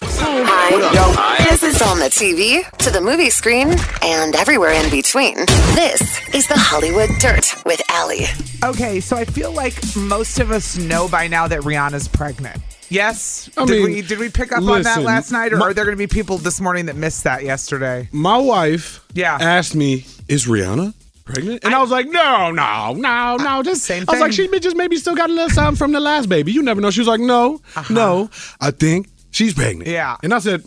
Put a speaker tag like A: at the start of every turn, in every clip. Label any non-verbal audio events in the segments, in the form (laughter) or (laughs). A: This is on the TV, to the movie screen, and everywhere in between. This is the Hollywood Dirt with Allie.
B: Okay, so I feel like most of us know by now that Rihanna's pregnant. Yes.
C: I
B: did
C: mean,
B: we did we pick up on that
C: listen,
B: last night, or
C: my-
B: are there going to be people this morning that missed that yesterday?
C: my wife
B: Yeah.
C: asked me, "Is Rihanna pregnant?" And I, was like, "No, no, no, no." Just
B: Ah, Same
C: I was like,
B: thing.
C: "She may- just maybe still got a little something from the last baby. You never know." She was like, "No, no, I think she's pregnant."
B: Uh-huh. Yeah.
C: and I said,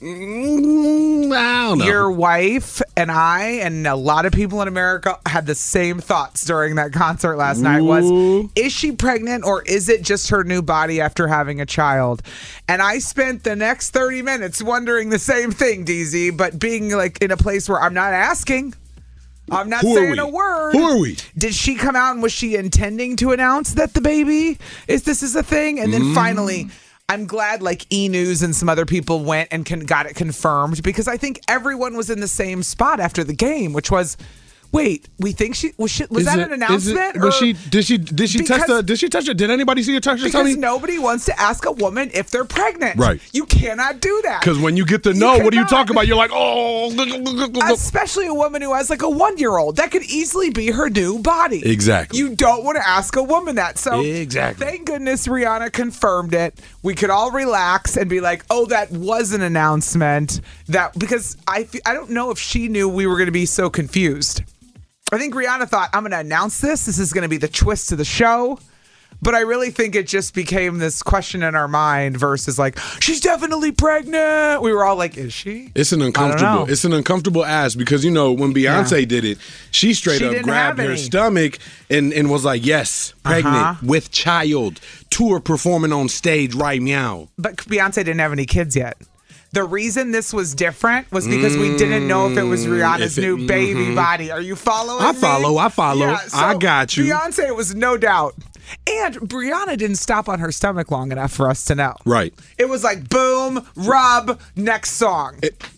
C: mm, "I don't know."
B: Your wife and I and a lot of people in America had the same thoughts during that concert last night was
C: Ooh.
B: is she pregnant or is it just her new body after having a child? And I spent the next 30 minutes wondering the same thing, DZ, but being like in a place where I'm not asking. I'm not
C: Who are
B: saying
C: we?
B: a word.
C: Who are we?
B: Did she come out and was she intending to announce that the baby is this is a thing? And then
C: Mm.
B: finally, I'm glad like E News and some other people went and con- got it confirmed because I think everyone was in the same spot after the game, which was, wait, we think she was, she, was
C: Is
B: that
C: it-
B: an
C: is it-
B: announcement?
C: was
B: Or-
C: she? Did she? Did she touch
B: Because-
C: the? Did she touch it? Did anybody see her touch her
B: because
C: tummy?
B: nobody wants to ask a woman if they're pregnant.
C: Right.
B: You cannot do that.
C: Because when you get to know, what do you
B: cannot.
C: talk about? You're like, oh,
B: Especially a woman who has like a one year old. That could easily be her new body.
C: Exactly.
B: You don't want to ask a woman that. So
C: Exactly.
B: thank goodness Rihanna confirmed it. We could all relax and be like, oh, that was an announcement. That because I f- I don't know if she knew we were gonna be so confused. I think Rihanna thought, I'm gonna announce this. This is gonna be the twist to the show. But I really think it just became this question in our mind versus like, she's definitely pregnant. We were all like, is she?
C: It's an
B: know.
C: uncomfortable. It's an uncomfortable ass because you know when Beyonce did it, she straight
B: She
C: up
B: didn't
C: grabbed
B: have
C: her
B: any. Uh-huh.
C: stomach and and was like, "Yes, pregnant with child, tour performing on stage right now."
B: but Beyonce didn't have any kids yet. The reason this was different was because we didn't know if it was Rihanna's
C: Mm, if it- mm-hmm.
B: new baby body. Are you following?
C: I
B: me?
C: follow, I follow. I got you.
B: Beyonce was no doubt, and Brianna didn't stop on her stomach long enough for us to know.
C: Right.
B: It was like boom, rub, next song.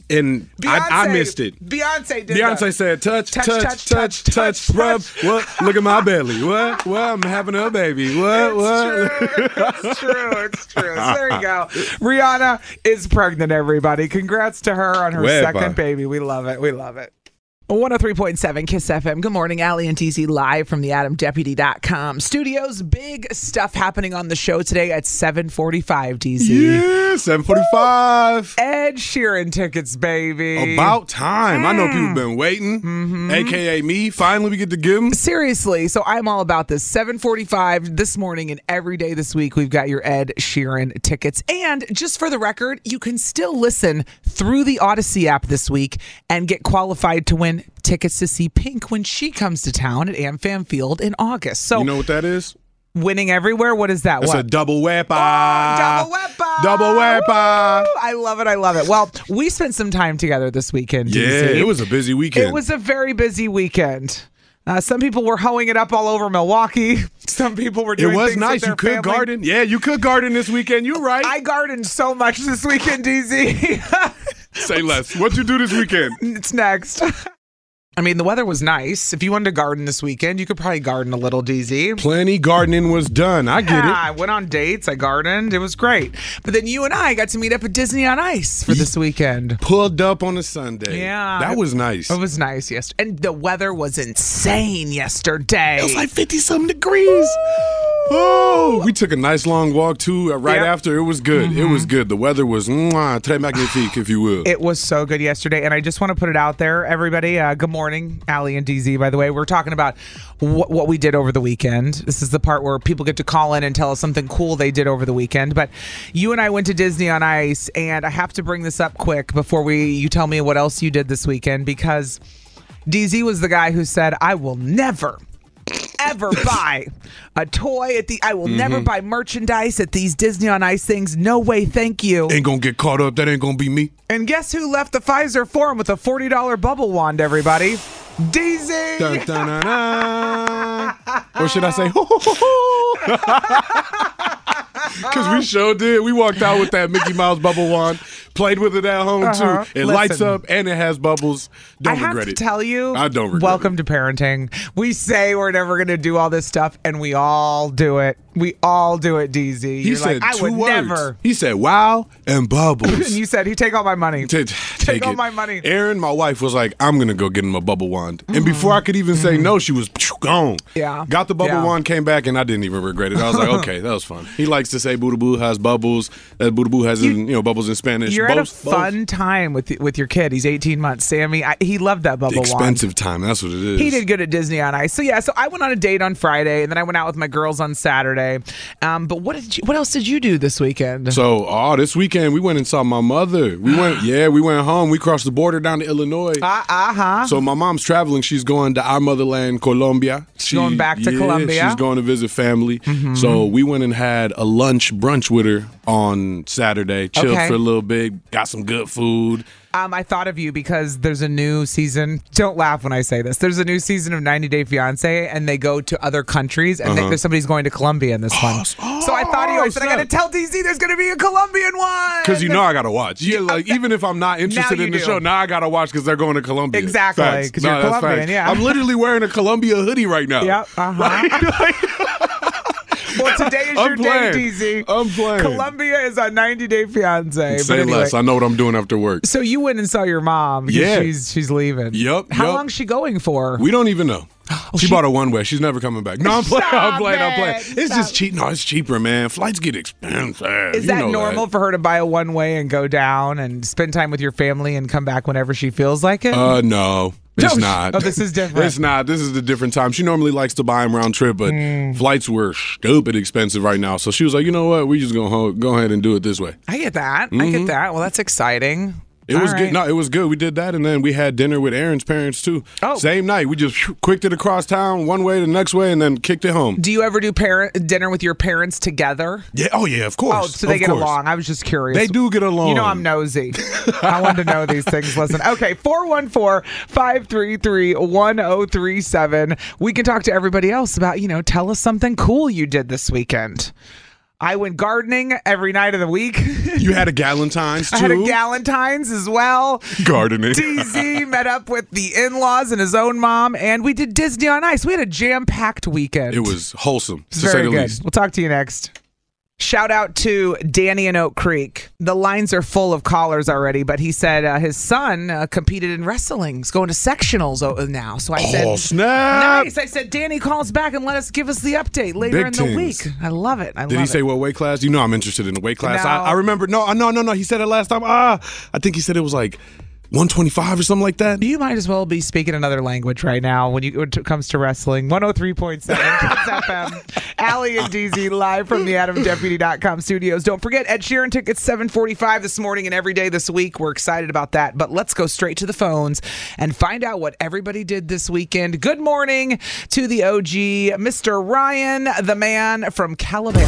C: And I, I missed it.
B: Beyonce did.
C: Beyonce
B: that.
C: said, touch,
B: Touch,
C: touch,
B: touch,
C: touch, touch,
B: touch,
C: rub.
B: touch.
C: What? Look at my belly. What? What? I'm having a baby. What? What? (laughs)
B: It's true. It's true. So there you go. Rihanna is pregnant, everybody. Congrats to her on her
C: Weba.
B: second baby. We love it. We love it. 103.7 Kiss FM. Good morning, Allie and DZ live from the AdamDeputy.com studios. Big stuff happening on the show today at 745 DZ.
C: Yeah, 745.
B: Ed Sheeran tickets, baby. Mm. Mm-hmm.
C: About time. I know people been waiting. AKA me. Finally, we get to give them.
B: Seriously, so I'm all about this. 7:45 this morning and every day this week we've got your Ed Sheeran tickets. And just for the record, you can still listen through the Odyssey app this week and get qualified to win tickets to see Pink when she comes to town at AmFam Field in August. So
C: You know what that is?
B: winning everywhere, what is that?
C: That's
B: what? Oh,
C: a double wepa.
B: double wepa.
C: Double wepa.
B: Woo! I love it. I love it. Well, we spent some time together this weekend.
C: Yeah,
B: DC.
C: it was a busy weekend.
B: It was a very busy weekend. Uh, some people were hoeing it up all over Milwaukee. (laughs) Some people were
C: It
B: doing
C: was
B: things with
C: nice.
B: their
C: You could
B: family.
C: garden. Yeah, you could garden this weekend. You're right.
B: I gardened so much this weekend, (laughs) DZ.
C: Say less. What you do this weekend?
B: (laughs) it's next. I mean, the weather was nice. If you wanted to garden this weekend, you could probably garden a little, DZ.
C: Plenty gardening was done. I get
B: Yeah, I went on dates. I gardened. It was great. But then you and I got to meet up at Disney on Ice for this weekend.
C: it. Pulled up on a Sunday.
B: Yeah.
C: That was nice.
B: It was nice yesterday. And the weather was insane yesterday.
C: It was like 50 something degrees. Oh, we took a nice long walk too. Uh, right
B: Yep. Mm-hmm.
C: after, it was good. It was good. The weather was mwah, très magnifique, if you will.
B: It was so good yesterday, and I just want to put it out there, everybody. Uh, good morning, Allie and DZ. By the way, we're talking about what what we did over the weekend. This is the part where people get to call in and tell us something cool they did over the weekend. But you and I went to Disney on Ice, and I have to bring this up quick before we you tell me what else you did this weekend because DZ was the guy who said, "I will never." ever buy a toy at the I will never buy merchandise at these Disney on Ice things. No way, thank you.
C: ain't gonna get caught up. That ain't gonna be
B: (laughs)
C: me.
B: And guess who left the Pfizer forum with a $40 bubble wand, everybody? DZ!
C: Dun, dun, dun, dun. or should I say, (laughs) ho, ho, ho, ho. Because we sure did. We walked out with that Mickey Mouse bubble wand, played with it at home
B: Uh-huh.
C: too. It
B: Listen.
C: lights up and it has bubbles. Don't
B: I have
C: regret
B: to
C: it.
B: tell you,
C: I don't regret
B: welcome
C: it.
B: to parenting. We say we're never going to do all this stuff, and we all do it. We all do it, DZ.
C: He
B: You're
C: said
B: like, I
C: two
B: would
C: words.
B: never.
C: He said, wow, and bubbles.
B: (laughs) And you said, he take all my money.
C: T- take
B: all
C: it.
B: my money.
C: Erin, my wife, was like, I'm going to go get him a bubble wand. And before I could even say no, she was phew, gone.
B: Mm-hmm. Yeah.
C: Got the bubble
B: Yeah.
C: wand, came back, and I didn't even regret it. I
B: (laughs)
C: was like, okay, that was fun. He likes to say Buddha Boo has bubbles, that Buddha Boo has, in, you know, bubbles in Spanish.
B: You're at a
C: both, both.
B: fun time with with your kid. He's 18 months. Sammy, I, he loved that bubble wand.
C: Expensive time. That's what it is.
B: He did good at Disney on Ice. So yeah, so I went on a date on Friday, and then I went out with my girls on Saturday. Um, but what did you, what else did you do this weekend?
C: So, oh, this weekend we went and saw my mother. We
B: (gasps)
C: went, yeah, we went home. We crossed the border down to Illinois.
B: uh huh.
C: So my mom's traveling. She's going to our motherland, Colombia. She's
B: going back to Colombia. Mm-hmm.
C: She's going to visit family. So we went and had a lunch brunch with her on Saturday. Chilled
B: Okay.
C: for a little bit. Got some good food.
B: Um, I thought of you because there's a new season. Don't laugh when I say this. There's a new season of 90 Day Fiance, and they go to other countries, and they-
C: Uh-huh.
B: there's somebody's going to Colombia in this
C: Oh,
B: one. so I thought of you. I said I got to
C: snap.
B: tell DZ there's going to be a Colombian one
C: Because you know I gotta watch. Yeah, like even if I'm not interested
B: you
C: in the
B: do.
C: show, now I gotta watch because they're going to Colombia.
B: Exactly, 'cause you're
C: that's
B: Colombian, yeah.
C: I'm literally wearing a Colombia hoodie right now. (laughs)
B: Yep. Uh huh. well, today is
C: I'm
B: your
C: playing.
B: day, DZ.
C: I'm playing.
B: Colombia is on 90 Day Fiance.
C: Say less. I know what I'm doing after work.
B: so you went and saw your mom. because
C: Yeah.
B: She's she's leaving.
C: Yup,
B: How
C: yup.
B: long's she going for?
C: We don't even
B: (gasps)
C: know. she, bought a one way. She's never coming back. No, I'm playing.
B: Oh, Stop
C: I'm playing. I'm
B: it.
C: playing. It's
B: Stop.
C: just cheap. No, it's cheaper, man. Flights get expensive.
B: is
C: You
B: that
C: know
B: normal for her to buy a one way and go down and spend time with your family and come back whenever she feels like it?
C: Uh, no. It's
B: (laughs) No.
C: not.
B: Oh, this is different.
C: It's not. This is a different time. She normally likes to buy them round trip, but
B: Hmm.
C: flights were stupid expensive right now. So she was like, you know what? We just gonna ho- go ahead and do it this way.
B: I get that. I
C: Mm-hmm.
B: get that. Well, that's exciting.
C: It
B: All
C: was
B: right.
C: good. No, it was good. We did that, and then we had dinner with Aaron's parents too.
B: Oh.
C: Same night. We just phew, quicked it across town, one way, the next way, and then kicked it home.
B: Do you ever do parent dinner with your parents together?
C: Mm. Yeah. Oh yeah. Of course.
B: Oh, so they
C: Of
B: get
C: course.
B: along. I was just curious.
C: They do get along.
B: You know I'm nosy. I wanted to know these things. Listen, okay, 414-533-1037. We can talk to everybody else about, you know, tell us something cool you did this weekend. I went gardening every night of the week.
C: You had a Galentine's too.
B: (laughs) I had a Galentine's as well.
C: gardening.
B: DZ met up with the in-laws and his own mom, and we did Disney on Ice. We had a jam-packed weekend.
C: It was wholesome, to
B: Very
C: say the
B: good.
C: least.
B: We'll talk to you next. Shout out to Danny in Oak Creek. The lines are full of callers already, but he said uh, his son uh, competed in wrestling. He's going to sectionals o- now. So I
C: Oh,
B: said,
C: snap!
B: nice. I said, Danny calls back and let us give us the update later
C: Big
B: in the
C: tens.
B: week. I love it. I
C: Did
B: love
C: he say
B: it.
C: what weight class? You know I'm interested in the weight class. I,
B: No.
C: I remember. No, no, no, no. He said it last time. Ah, I think he said it was like 125 or something like that.
B: You might as well be speaking another language right now when, you, when it comes to wrestling. 103.7 Kids FM. Allie and DZ live from the AdamDeputy.com studios. Don't forget, Ed Sheeran tickets 745 this morning and every day this week. We're excited about that. But let's go straight to the phones and find out what everybody did this weekend. Good morning to the OG, Mr. Ryan, the man from Calabash.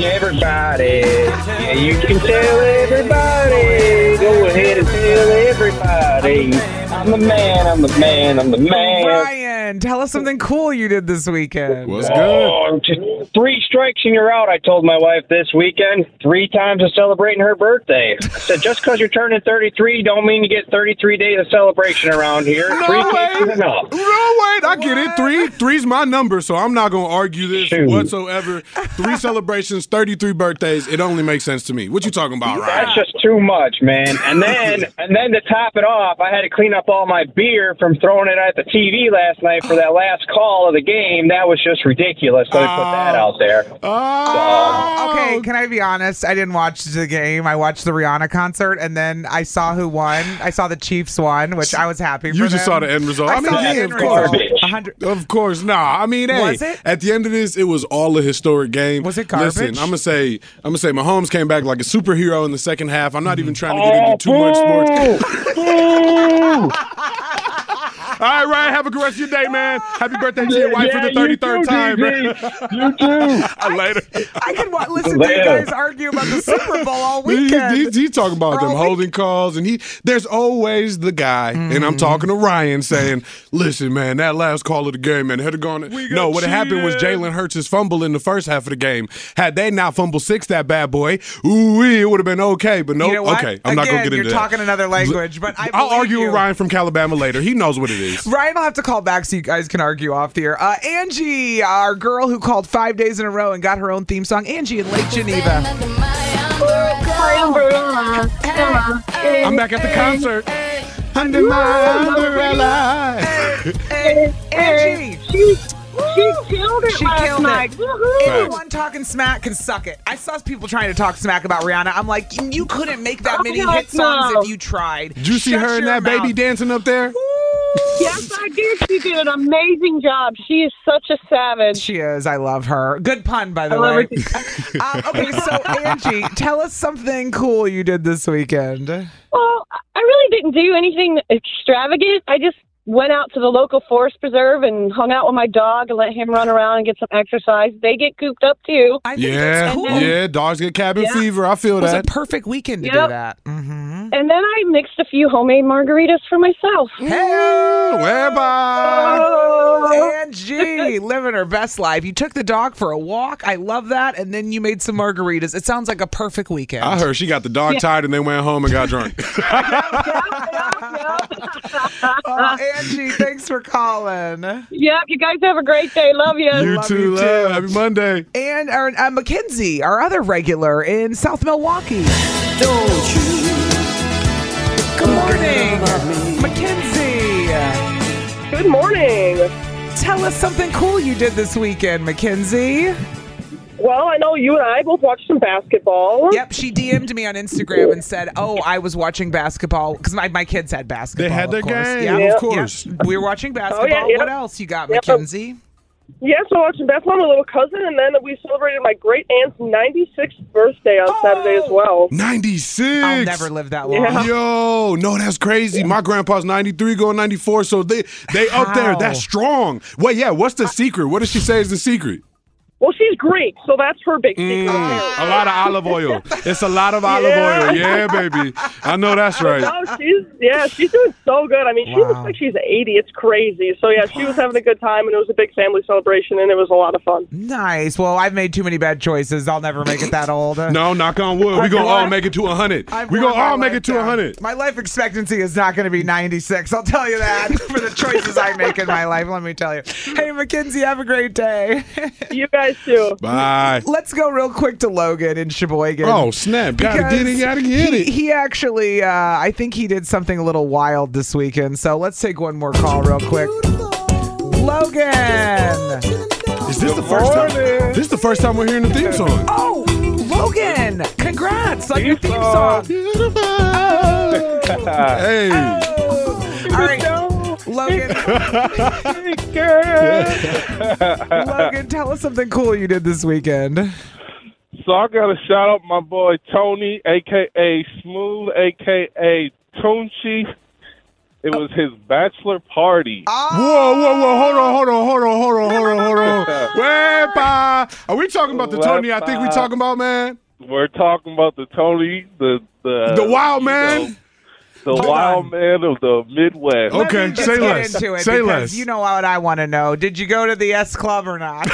D: Everybody, yeah, you can tell everybody. Go ahead and tell everybody. I'm the man. I'm the man. I'm the man.
B: Ryan, tell us something cool you did this weekend.
C: What's good?
D: Oh, just Three strikes and you're out, I told my wife this weekend. Three times of celebrating her birthday. I said, just because you're turning 33 don't mean you get 33 days of celebration around here. Three cakes is enough.
C: No, wait, I get it. Three, three's my number, so I'm not gonna argue this
D: Shoot.
C: whatsoever.
B: (laughs)
C: Three celebrations, thirty-three birthdays. It only makes sense to me. What you talking about, Ryan?
D: That's just too much, man. And then, and then to top it off, I had to clean up all my beer from throwing it at the TV last night for that last call of the game. That was just ridiculous. So I put that out there.
C: Oh,
B: Okay, can I be honest? I didn't watch the game. I watched the Rihanna concert, and then I saw who won. I saw the Chiefs won, which I was happy.
C: You
B: for
C: just
B: them.
C: saw the end result.
B: I,
C: I mean,
B: saw the
C: yeah,
B: end
C: of course.
B: result.
D: Garbage.
B: A hundred-
C: Of course, nah. I mean, hey,
B: Was it?
C: at the end of this, it was all a historic game.
B: Was it
C: Listen,
B: garbage?
C: I'm gonna say, I'm gonna say, Mahomes came back like a superhero in the second half. I'm not even trying to get
D: Oh,
C: into too much sports.
D: boo! Boo!
C: (laughs) All right, Ryan, have a good rest of your day, man. Happy birthday to your wife
D: Yeah,
C: for the 33rd time.
D: You too, DG. You too.
C: Uh, (laughs) Later.
B: I can wa- listen to you
D: Later.
B: guys argue about the Super Bowl
C: (laughs)
B: all
C: He,
B: weekend.
C: he- he talking about
B: Or
C: them
B: all
C: holding calls, and he there's always the guy, and
B: Mm.
C: I'm talking to Ryan saying, "Listen, man, that last call of the game, man, had to gone. No, what happened was Jalen Hurts' fumble in the first half of the game. Had they not fumble six that bad boy, ooh, it would have been okay. But no,
B: You know what?
C: okay, I'm not gonna
B: Again,
C: get into
B: you're
C: that.
B: talking another language, but I
C: I'll
B: believe
C: argue
B: you.
C: with Ryan from Calabama later. He knows what it is.
B: Ryan will have to call back so you guys can argue off the air. Uh, Angie, our girl who called five days in a row and got her own theme song, Angie in Lake Geneva.
C: I'm back at the concert under my umbrella.
B: Angie!
E: She killed it
B: She
E: last
B: killed it.
E: night. Woohoo.
B: Everyone talking smack can suck it. I saw people trying to talk smack about Rihanna. I'm like, you couldn't make that many
E: Oh,
B: hit songs
E: no.
B: if you tried.
C: Did you see
B: Shut
C: her and
B: your
C: that baby
B: mouth.
C: dancing up there?
E: Yes, I did. She did an amazing job. She is such a savage.
B: She is. I love her. Good pun, by the
E: I love
B: way. (laughs) um, okay, so Angie, tell us something cool you did this weekend.
E: Well, I really didn't do anything extravagant. I just went out to the local forest preserve and hung out with my dog and let him run around and get some exercise. They get cooped up too.
B: I think
C: Yeah,
B: that's cool.
C: yeah. Dogs get cabin
E: Yeah.
C: fever. I feel
B: It was a
C: that.
B: perfect weekend to do
E: Yep.
B: that. Mm-hmm.
E: And then I mixed a few homemade margaritas for myself.
C: Hey, where by?
B: Angie, living her best life. You took the dog for a walk. I love that. And then you made some margaritas. It sounds like a perfect weekend.
C: I heard she got the dog tired and they went home and got
B: (laughs)
C: drunk.
B: Oh, Angie, thanks for calling.
E: Yep, you guys have a great day. Love you.
C: you
B: Love
C: too,
B: you
C: love.
B: too.
C: Happy Monday.
B: And our, uh, Mackenzie, our other regular in South Milwaukee.
F: Don't you?
B: Good morning, Mackenzie.
E: Good morning.
B: Tell us something cool you did this weekend, Mackenzie.
E: Well, I know you and I both watched some basketball.
B: Yep, she DM'd me on Instagram and said, "Oh, I was watching basketball because my, my kids had basketball.
C: They had
B: of
C: their
B: course.
C: game,
B: Yeah,
C: of
B: yeah.
C: course.
B: We were watching basketball.
E: Oh, yep.
B: What else you got,
E: Yep.
B: Mackenzie?
E: Yes, I watched basketball with my little cousin, and then we celebrated my great aunt's 96th birthday on Saturday as well.
C: 96.
B: I'll never live that long.
C: Yo, no, that's crazy. My grandpa's 93 going 94, so they they up there.
B: How?
C: That's strong. Wait, yeah, what's the secret? What does she say is the secret? Mm,
E: Well, she's Greek, so that's her big secret.
C: A lot of olive oil. It's a lot of olive
E: (laughs) Yeah.
C: oil. Yeah, baby. I know that's right.
E: No, Oh, she's yeah, she's doing so good. I mean, she
B: Wow.
E: looks like she's 80. It's crazy. So yeah, she was having a good time, and it was a big family celebration, and it was a lot of fun.
B: Nice. Well, I've made too many bad choices. I'll never make it that old.
C: (laughs) No, knock on wood. We gonna all make it to 100.
B: I've
C: We gonna
B: worn my
C: all make
B: life
C: it to
B: down.
C: 100.
B: My life expectancy is not going to be 96. I'll tell you that (laughs) for the choices I make in my life. Let me tell you. Hey, Mackenzie, have a great day.
E: You guys too.
C: Bye.
B: (laughs) Let's go real quick to Logan in Sheboygan.
C: Oh snap! Gotta
B: Because
C: get it, gotta get
B: he,
C: it.
B: He actually, uh, I think he did something a little wild this weekend. So let's take one more call real quick. Logan.
C: Is this the first time? This is the first time we're hearing the theme song.
B: Oh, Logan. Congrats on your theme song. (laughs)
C: Hey,
B: All right.
G: (laughs)
B: Logan, Oh,
C: (laughs)
B: Logan, tell us something cool you did this weekend.
H: So I gotta shout out my boy Tony, aka Smooth, aka Tunchi. It was his bachelor party.
B: Ah!
C: whoa, whoa, whoa! Hold on, hold on, hold on, hold on, hold on, hold
H: (laughs)
C: on. Wepa. Are we talking about the Tony? I think we talking about man,
H: We're talking about the Tony, the the
C: the wild
H: you know,
C: man.
H: the
B: Hold
H: wild man of the Midwest.
B: Let me just get Into it because You know what I want to know. Did you go to the S Club
C: (laughs)
B: or not?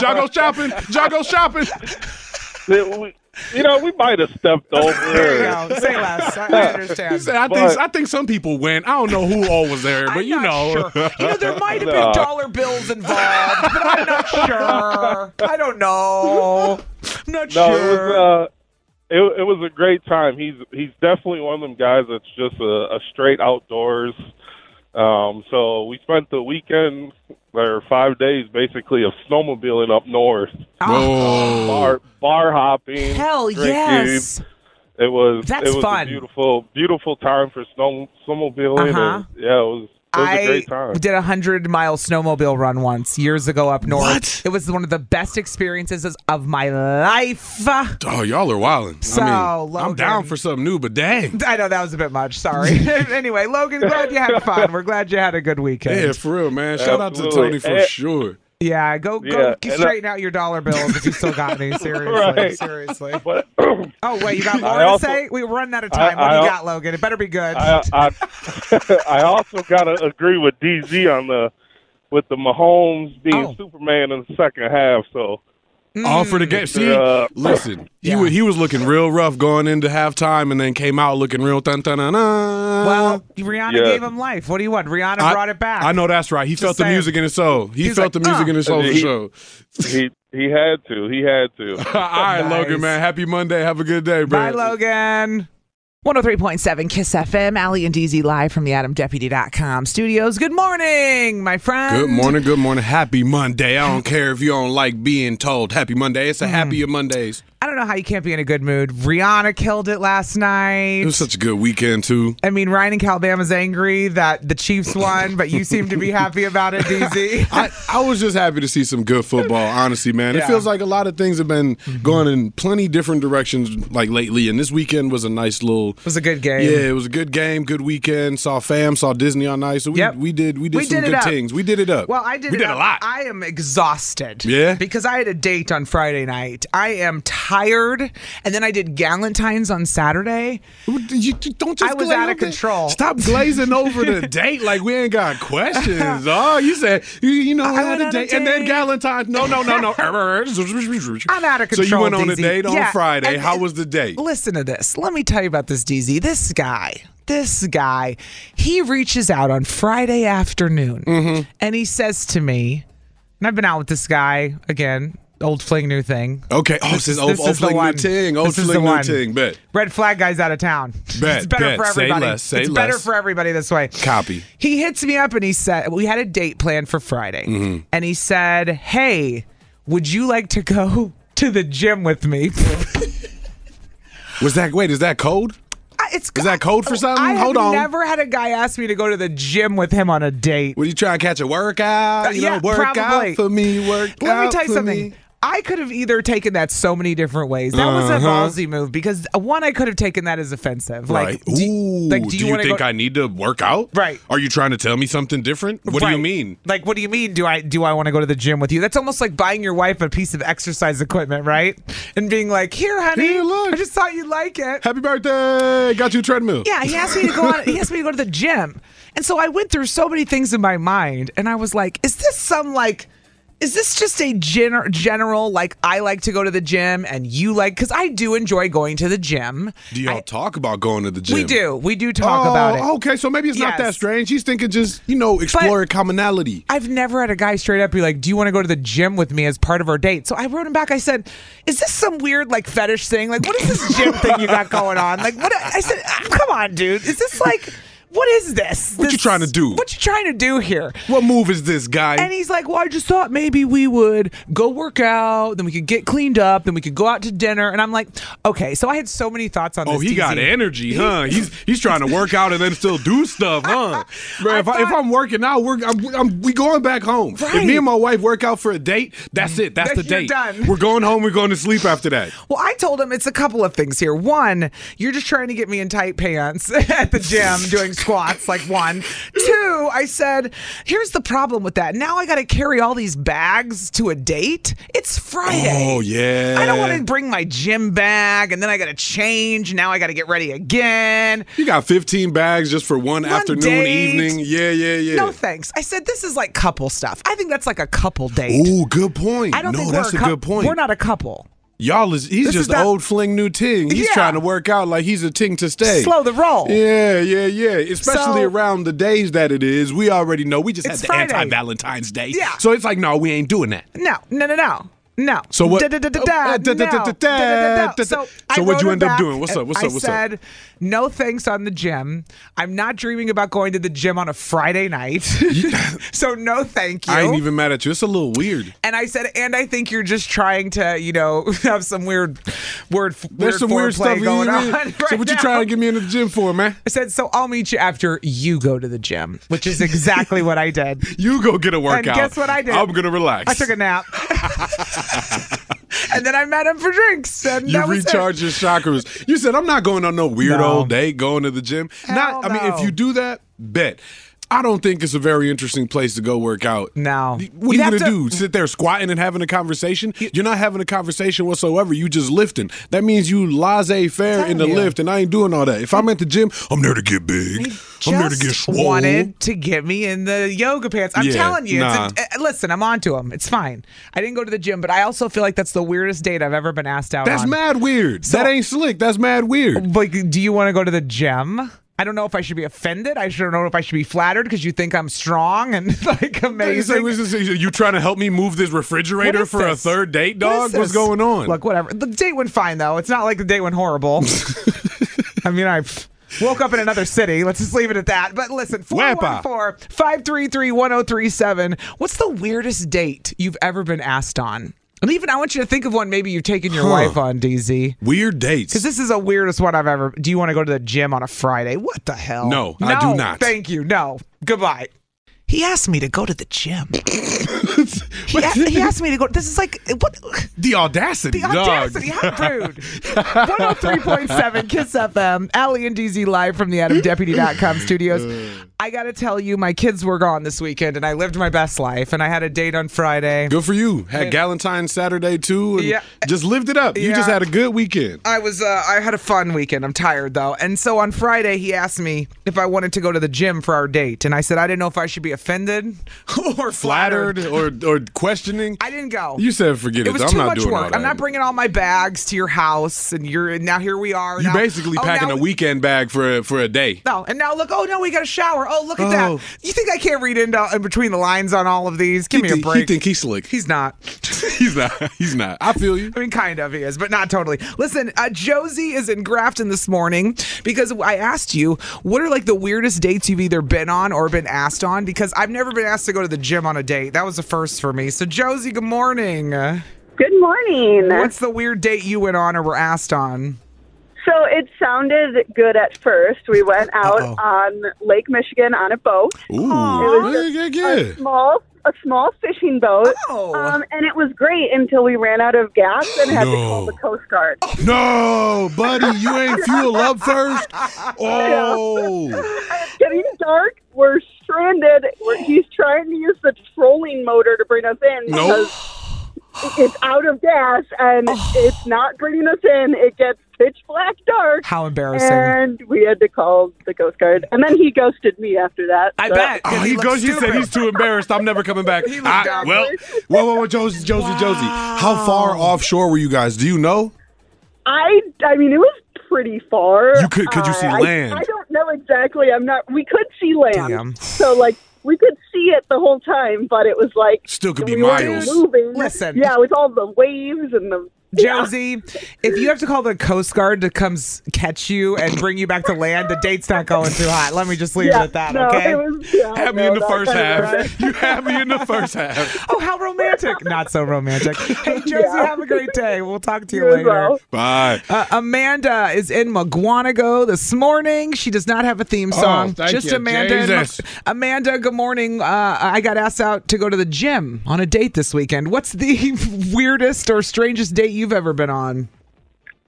C: Jago shopping. Jago shopping.
H: You know, we might have
B: (laughs)
H: stepped over.
B: Say less. (laughs) I, I understand.
C: He said, I, think, I think some people went. I don't know who all was there, but you know.
B: You
C: (laughs)
B: know, there might have been dollar bills involved, but I'm not sure. I don't know. I'm not
H: No,
B: sure.
H: it was uh, it, it was a great time. He's he's definitely one of them guys that's just a, a straight outdoors. Um, so we spent the weekend or five days basically of snowmobiling up north. Bar bar hopping.
B: Ah. Hell
H: drinking.
B: yes.
H: It was
B: That's
H: it was
B: fun.
H: a beautiful beautiful time for snow snowmobiling.
B: Uh-huh.
H: and, yeah, it was it was a
B: I
H: great time.
B: did a hundred mile snowmobile run once years ago up north.
C: What?
B: It was one of the best experiences of my life. (laughs)
H: (laughs)
B: I
C: Oh, y'all are wilding.
B: So,
C: I mean,
B: Logan.
C: I'm down for something new, but
B: (laughs)
C: dang.
B: know that was a bit much.
C: (laughs)
B: Sorry. (laughs) anyway, Logan, glad you had fun. We're glad you had a good weekend.
C: Yeah, for real, man. Shout out to
H: Absolutely.
C: Tony for
H: Eh.
C: sure.
B: Yeah, go go
H: (laughs) Yeah,
B: g-
H: and, uh,
B: straighten out your dollar bills if you still got
H: (laughs)
B: any. Seriously,
H: Right.
B: seriously.
H: (clears throat) But
B: Oh wait, you got
H: I
B: more to
H: also-
B: say? We are running out of time.
H: I-
B: what do you
H: I-
B: got, Logan? It better be good.
H: I, I, (laughs) I also gotta agree with DZ on the with the Mahomes being
B: Oh.
H: Superman in the second half. So
C: All for the game. See,
H: Uh,
C: listen, he, wa- he was looking real rough going into halftime and then came out looking real dun dun dun dun.
B: well, Rihanna
C: Yeah.
B: gave him life. What do you want? Rihanna
C: I-
B: brought it back.
C: I know that's right. He
B: Just
C: felt the
B: saying.
C: music in his soul. He
B: He's
C: felt
B: like,
C: the music
B: "Uh."
C: in his soul for
H: He-
C: sure.
H: he he had to. He had to.
C: (laughs) All right, Logan, man. Happy Monday. Have a good day, bro.
B: Bye, oh Logan. 103.7 Kiss FM, Ali and DZ live from the AdamDeputy.com studios. Good morning, my friend.
C: Good morning, good morning. Happy Monday. I don't care if you don't like being told. Happy Monday.
B: Mm.
C: It's a happy of Mondays.
B: I don't know how you can't be in a good mood. Rihanna killed it last night.
C: It was such a good weekend too.
B: I mean, Ryan and Calabama's angry that the Chiefs won, but you seem to be happy about it, DZ.
C: I, I was just happy to see some good football, honestly, man. It
B: Yeah. Mm-hmm.
C: feels like a lot of things have been going in plenty different directions like lately, and this weekend was a nice little
B: It was a good game.
C: Yeah, it was a good game, good weekend. Saw fam, saw Disney on ice. So we, we did we did
B: We
C: some
B: did it
C: good
B: up.
C: things. (laughs) We did it up.
B: Well, I did.
C: We
B: it
C: did
B: up.
C: a lot.
B: I am exhausted.
C: Yeah?
B: Because I had a date on Friday night. I am tired, and then I did Galentine's on Saturday.
C: You, don't just
B: I was
C: glaze
B: out of
C: over-
B: control.
C: Stop glazing over
B: (laughs)
C: the date like we ain't got questions. Oh, you said you, you know
B: I
C: had
B: went
C: a
B: on a
C: date, and then
B: date.
C: Galentine's. No, no, no, (laughs) no.
B: I'm
C: I'm
B: (laughs) out of
C: So
B: control.
C: you went on a
B: DZ.
C: date on
B: Yeah,
C: Friday.
B: and-
C: How was the date?
B: Listen to this. Let me tell you about this DZ. This guy, this guy, he reaches out on Friday afternoon
C: Mm-hmm.
B: and he says to me, and I've been out with this guy again, old fling, new thing.
C: Okay. Oh, this is old,
B: this
C: old
B: is the
C: fling new
B: one.
C: ting. Old
B: This is
C: fling
B: the
C: new
B: one.
C: ting. Bet.
B: Red flag guy's out of town.
C: Bet,
B: it's better
C: bet.
B: for
C: Say
B: everybody.
C: less, say
B: it's better
C: less.
B: for everybody this way.
C: Copy.
B: He hits me up and he said, We had a date planned for Friday.
C: Mm-hmm.
B: And he said, Hey, would you like to go to the gym with me?
C: Was that wait? Is that code?
B: I- it's
C: Is that code for something?
B: (laughs) I
C: Hold
B: have
C: on.
B: never had a guy ask me to go to the gym with him on a date.
C: Were you trying to catch a workout? You
B: Uh, yeah,
C: know, workout
B: probably.
C: for me. Workout.
B: Let me tell you
C: for
B: something.
C: me.
B: I could have either taken that so many different ways. That
C: Uh-huh.
B: was a ballsy move because uh, one, I could have taken that as offensive.
C: Right.
B: Like, do,
C: Ooh.
B: like,
C: do
B: you
C: you,
B: wanna
C: think
B: go-
C: I need to work out?
B: Right.
C: Are you trying to tell me something different? What do you
B: Right.
C: mean?
B: Like, what do you mean? Do I do I want to go to the gym with you? That's almost like buying your wife a piece of exercise equipment, right? And being like, "Here, honey,
C: Here, look.
B: I just thought you'd like it."
C: Happy birthday! Got you a treadmill.
B: Yeah, he asked me to go on. He asked me to go to the gym, and so I went through so many things in my mind, and I was like, "Is this some like?" Is this just a gen- general like I like to go to the gym and you like because I do enjoy going to the gym.
C: Do y'all talk about going to the gym?
B: We do, we do talk
C: Oh,
B: about it.
C: Okay, so maybe it's not
B: Yes.
C: that strange. He's thinking just you know explore commonality.
B: I've never had a guy straight up be like, "Do you want to go to the gym with me as part of our date?" So I wrote him back. I said, "Is this some weird like fetish thing? Like, what is this gym thing you got going on? Like, what?" I said, "Ah, "Come on, dude. Is this like, what is this?
C: What you
B: This-
C: trying to do?
B: What you trying to do here?"
C: What move is this guy?
B: And he's like, "Well, I just thought maybe we would go work out, then we could get cleaned up, then we could go out to dinner." And I'm like, "Okay." So I had so many thoughts on
C: Oh,
B: this.
C: he got
B: DZ.
C: energy,
B: (laughs)
C: huh? He's he's trying to work out and then still do stuff, huh? Bro, if, I, if I'm working out, we're I'm, I'm, we going back home. If me
B: Right.
C: and my wife work out for a date, that's it. That's the
B: Then you're
C: date.
B: done.
C: We're going home. We're going to sleep after
B: (laughs)
C: that.
B: Well, I told him it's a couple of things here. One, you're just trying to get me in tight pants (laughs) at the gym doing squats, like one. Two, I said, here's the problem with that. Now I got to carry all these bags to a date. It's Friday.
C: Oh yeah.
B: I don't want to bring my gym bag and then I got to change. Now I got to get ready again.
C: You got 15 bags just for one, afternoon,
B: date.
C: evening. Yeah, yeah, yeah.
B: No thanks. I said this is like couple stuff. I think that's like a couple date.
C: Ooh, good point.
B: I don't
C: no,
B: think
C: that's
B: we're
C: a
B: cou-
C: good point.
B: We're not a couple.
C: Y'all is he's
B: This is
C: just
B: not-
C: old fling new ting. He's
B: Yeah.
C: trying to work out like he's a ting to stay.
B: Slow the roll.
C: Yeah, yeah, yeah. Especially
B: So-
C: around the days that it is. We already know. We just had
B: It's
C: the
B: Friday.
C: anti Valentine's Day.
B: Yeah.
C: So it's like, no, we ain't doing that.
B: No, no, no, no. No.
C: So what-
B: Da, da, da, da,
C: Oh,
B: da,
C: uh, da, da, da,
B: no.
C: da,
B: Da, da, da, da.
C: da, da.
B: I
C: So what'd you
B: wrote her
C: end up
B: back
C: doing? What's up?
B: and
C: What's up? What's up?
B: I said, no thanks on the gym. I'm not dreaming about going to the gym on a Friday night. (laughs) so no thank you.
C: I ain't even mad at you. It's a little weird.
B: and I said, and I think you're just trying to, you know, (laughs) have some weird word.
C: There's some weird
B: foreplay
C: stuff
B: going
C: you
B: (laughs) on.
C: mean?
B: right
C: So what you
B: now.
C: trying to get me into the gym for, man?
B: I said, so I'll meet you after you go to the gym, which is exactly what I did.
C: (laughs) You go get a workout.
B: And guess what I did?
C: I'm gonna relax.
B: I took a
C: (laughs)
B: nap. (laughs) and then I met him for drinks. And
C: You
B: that was it.
C: recharge your chakras. You said I'm not going on no weird
B: No.
C: old day going to the gym.
B: Hell
C: not I mean if
B: no.
C: you do that, bet. I don't think it's a very interesting place to go work out.
B: No.
C: What
B: You'd
C: are
B: have
C: you gonna
B: to-
C: do? Sit there squatting and having a conversation? You're not having a conversation whatsoever. You just lifting. That means you laissez faire in the
B: telling you.
C: lift, and I ain't doing all that. If I'm at the gym, I'm there to get big. I'm there to get
B: Just
C: swole.
B: wanted to get me in the yoga pants. I'm
C: Yeah,
B: telling you. it's a-
C: nah.
B: uh, listen, I'm onto him. It's fine. I didn't go to the gym, but I also feel like that's the weirdest date I've ever been asked out
C: That's
B: on.
C: mad weird.
B: So-
C: that ain't slick. That's mad weird.
B: Like, do you want to go to the gym? (laughs) I don't know if I should be offended. I don't know if I should be flattered because you think I'm strong and like
C: You say-
B: amazing.
C: you say, you trying to help me move this refrigerator
B: What is
C: for a
B: this?
C: third date,
B: What is
C: dog? What's
B: this?
C: going on?
B: Look, whatever. The date went fine though. It's not like the date
C: (laughs)
B: went horrible. I mean, I woke up in another city. Let's just leave it at that. But listen,
C: Wappa.
B: 414-533-1037. What's the weirdest date you've ever been asked on? And even I want you to think of one maybe you've taken your
C: Huh.
B: wife on, DZ.
C: Weird dates.
B: Because this is the weirdest one I've ever. Do you want to go to the gym on a Friday? What the hell?
C: No, I do not.
B: Thank you. No. Goodbye. He asked me to go to the
C: (laughs)
B: gym. he, a- he asked me to go. This is like what?
C: the audacity,
B: The audacity,
C: dog. (laughs)
B: how rude. 103.7 Kiss FM, Allie and DZ live from the
C: (laughs)
B: AdamDeputy.com studios. I got to tell you, my kids were gone this weekend and I lived my best life and I had a date on Friday.
C: Good for you. Had Galentine's Saturday too, and
B: Yeah.
C: just lived it up. You just
B: Yeah.
C: had a good weekend.
B: I was uh, I had a fun weekend. I'm tired though. And so on Friday he asked me if I wanted to go to the gym for our date and I said I didn't know if I should be offended (laughs) or flattered.
C: Flattered or or questioning.
B: I didn't go.
C: You said forget it.
B: It was
C: I'm
B: too
C: not
B: much
C: doing all
B: work. I'm
C: that.
B: not bringing all my bags to your house, and you're and now here we are.
C: You
B: now-
C: basically
B: oh,
C: packing
B: now-
C: a weekend bag for a, for a day. (laughs)
B: No, and now look. Oh no, we got a shower. Oh look at
C: Oh.
B: that. You think I can't read into in between the lines on all of these? Give me
C: he,
B: a
C: thi-
B: break.
C: He think he's slick.
B: He's not.
C: He's not. He's not. I feel you.
B: (laughs) I mean, kind of he is, but not totally. Listen, uh, Josie is in Grafton this morning because I asked you what are like the weirdest dates you've either been on or been asked on because I've never been asked to go to the gym on a date. That was the first for me. So Josie, good morning.
I: Good morning.
B: What's the weird date you went on or were asked on?
I: So it sounded good at first. We went out
B: Uh-oh.
I: on Lake Michigan on a boat.
C: Ooh,
I: was
C: yeah, yeah, yeah.
I: A small a small fishing boat.
B: Oh.
I: Um, and it was great until we ran out of gas and had to call
C: No.
I: the Coast Guard.
C: No, buddy, you ain't fuel up first. Oh,
I: It's Getting dark, we're stranded. We're, he's trying to use the trolling motor to bring us in
C: No.
I: because it's out of gas and it's not bringing us in. It gets pitch black dark.
B: How embarrassing.
I: And we had to call the Coast Guard. And then he ghosted me after that.
B: I
I: so-
B: bet.
C: oh he
B: looked
C: goes. He said
B: stupid.
C: he's too embarrassed. I'm never coming
B: (laughs)
C: back.
B: looked
C: I-
B: down.
C: well, whoa, whoa, whoa, Josie, Josie, Josie. How far offshore were you guys? Do you know?
I: I, I mean, it was pretty far.
C: You could- could you see
I: I- I-
C: land?
I: I, don't know exactly. I'm not. We could see land.
B: Damn.
I: So, like, we could see it the whole time, but it was like.
C: Still could be
I: we weren't
C: miles.
I: Moving.
B: Listen.
I: Yeah, with all the waves and the. yeah.
B: Josie, if you have to call the Coast Guard to come s- catch you and bring you back to land, the date's not going too hot. Let me just leave
I: Yeah,
B: it at that,
I: no,
B: okay?
I: it was- yeah,
C: Have me
I: no,
C: in the
I: that
C: first
I: kinda
C: half.
I: right.
C: (laughs) You have me in the first half.
B: (laughs) oh, how romantic. Not so
C: (laughs)
B: romantic. Hey, Josie,
I: Yeah.
B: have a great day. We'll talk to you,
I: You as
B: later.
I: well.
C: Bye.
B: Uh, Amanda is in Maguanago this morning. She does not have a theme
C: Oh,
B: song.
C: thank
B: Just
C: you,
B: Amanda. in Ma-
C: Jesus.
B: Amanda, good morning. Uh, I got asked out to go to the gym on a date this weekend. What's (laughs) the weirdest or strangest date you've ever been on?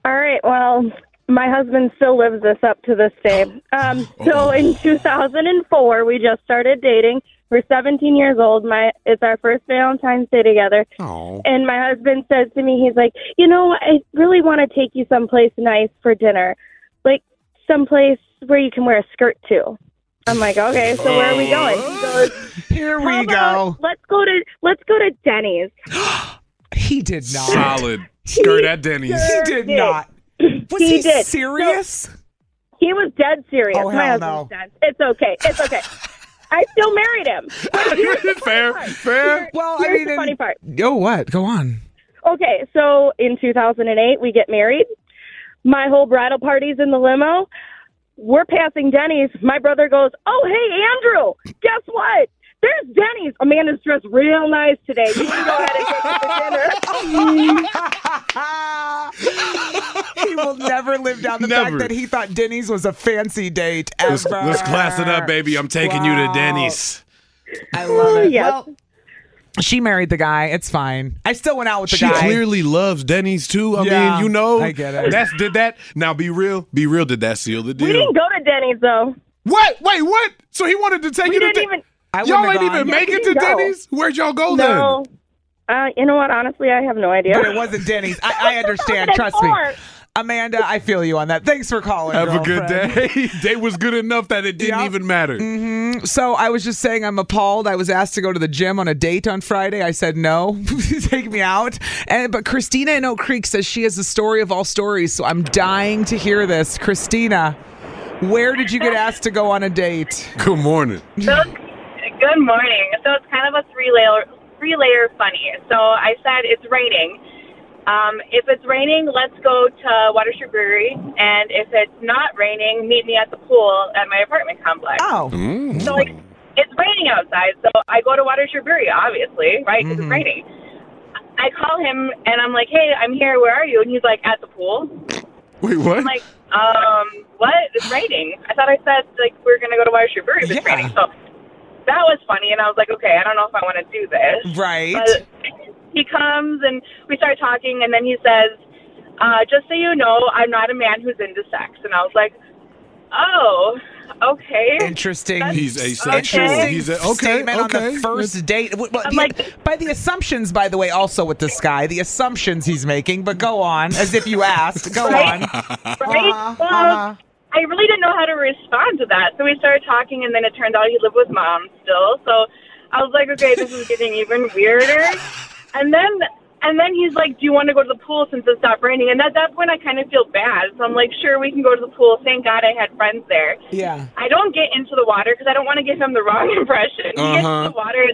J: All right. Well, My husband still lives this up to this day. Um,
B: Oh.
J: so in 2004, we just started dating. We're 17 years old. My it's our first Valentine's Day together. And my husband says to me, he's like, you know, I really want to take you someplace nice for dinner, like someplace where you can wear a skirt to. I'm like, okay, so where are we going? He goes,
B: (laughs) Oh. here we go.
J: Let's go to let's go to Denny's.
B: He did not.
C: Solid skirt at Denny's.
B: He did not. Was he, serious?
J: he was dead serious.
B: Oh,
J: My
B: hell
J: husband's dead. It's okay. It's okay. (laughs) I still married him. But here's the fair, fair. well, here's the funny part.
B: Yo, what? Go on.
J: Okay, so in 2008, we get married. My whole bridal party's in the limo. We're passing Denny's. My brother goes, Oh, hey, Andrew, guess what? There's Denny's. Amanda's dressed real nice today. You can go ahead
B: (laughs)
J: and take us
B: he will never live down the
C: Never.
B: fact that he thought Denny's was a fancy date ever.
C: Let's, let's class it up, baby. I'm taking you to
B: Wow.
C: Denny's.
B: I love it.
J: Yes.
B: Well, she married the guy. It's fine. I still went out with the
C: She
B: guy.
C: clearly loves Denny's too. I
B: Yeah,
C: mean, you know,
B: I get it.
C: That's did that. Now be real, be real. Did that seal the deal?
J: We didn't go to Denny's though.
C: What? Wait, what? So he wanted to take
J: we
C: you to
J: didn't
C: Den-
J: even.
C: I Y'all wouldn't have ain't gone. even make
J: we
C: it to
J: didn't go.
C: Denny's? Where'd y'all go then?
J: no. Uh, you know what? Honestly, I have no
C: (laughs)
J: idea.
B: But it wasn't Denny's. I, I understand. Trust me. Amanda, I feel you on that. Thanks for calling.
C: Have a good
B: girlfriend.
C: day. day was good enough that it didn't even matter.
B: Mm, So I was just saying I'm appalled. I was asked to go to the gym on a date on Friday. I said no, (laughs) take me out. And but Christina in Oak Creek says she has the story of all stories. So I'm dying to hear this, Christina. Where did you get asked to go on a date?
C: Good morning.
K: So, good morning. So it's kind of a three layer three layer funny. So I said it's raining. Um, if it's raining, let's go to Watershore Brewery, and if it's not raining, meet me at the pool at my apartment complex.
B: Oh.
K: So like, it's raining outside, so I go to Watershore Brewery, obviously, right? 'cause
G: Mhm.
K: it's raining. I call him and I'm like, "Hey, I'm here. Where are you?" And he's like, "At the pool."
C: Wait,
K: I'm like, um, what? It's raining. I thought I said like we are gonna go to Watershore Brewery, but it's
B: Yeah.
K: raining. So that was funny, and I was like, okay, I don't know if I want to do this.
B: Right.
K: But he comes and we start talking, and then he says, uh, "Just so you know, I'm not a man who's into sex." And I was like, oh, okay.
B: Interesting.
C: He's asexual.
B: Interesting
C: He's a- okay,
B: Statement on
C: okay.
B: the first date. Well, the- by the assumptions, by the way, also with this guy, the assumptions he's making. But go on, as if you asked. Go
K: Right?
B: on.
K: Right?
B: Uh-huh,
K: Well,
B: uh-huh.
K: I really didn't know how to respond to that. So we started talking, and then it turned out he lived with mom still. So I was like, okay, this is getting even
B: (laughs)
K: weirder. And then, and then he's like, do you want to go to the pool since it stopped raining? And at that point, I kind of feel bad. So I'm like, sure, we can go to the pool. Thank God I had friends there.
B: Yeah.
K: I don't get into the water because I don't want to give him the wrong (laughs) impression. He gets
C: Uh-huh.
K: in the water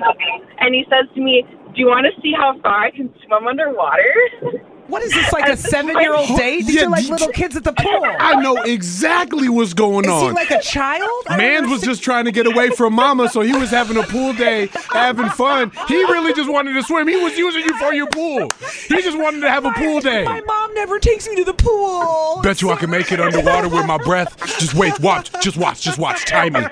K: and he says to me, "Do you want to see how far I can swim underwater?"
B: What is
K: (laughs)
B: this like a seven-year-old date? These
C: Yeah,
B: are like
C: d-
B: little kids at the pool.
C: I know exactly what's going
B: Is
C: on.
B: he like a child? I don't
C: Man was just trying to get away from mama, so he was having a pool day, having fun. He really just wanted to swim. He was using you for your pool. He just wanted to have a pool day.
B: My mom never takes me to the pool.
C: Bet you I can make it underwater with my breath. Just wait, watch, just watch, just watch. Timing.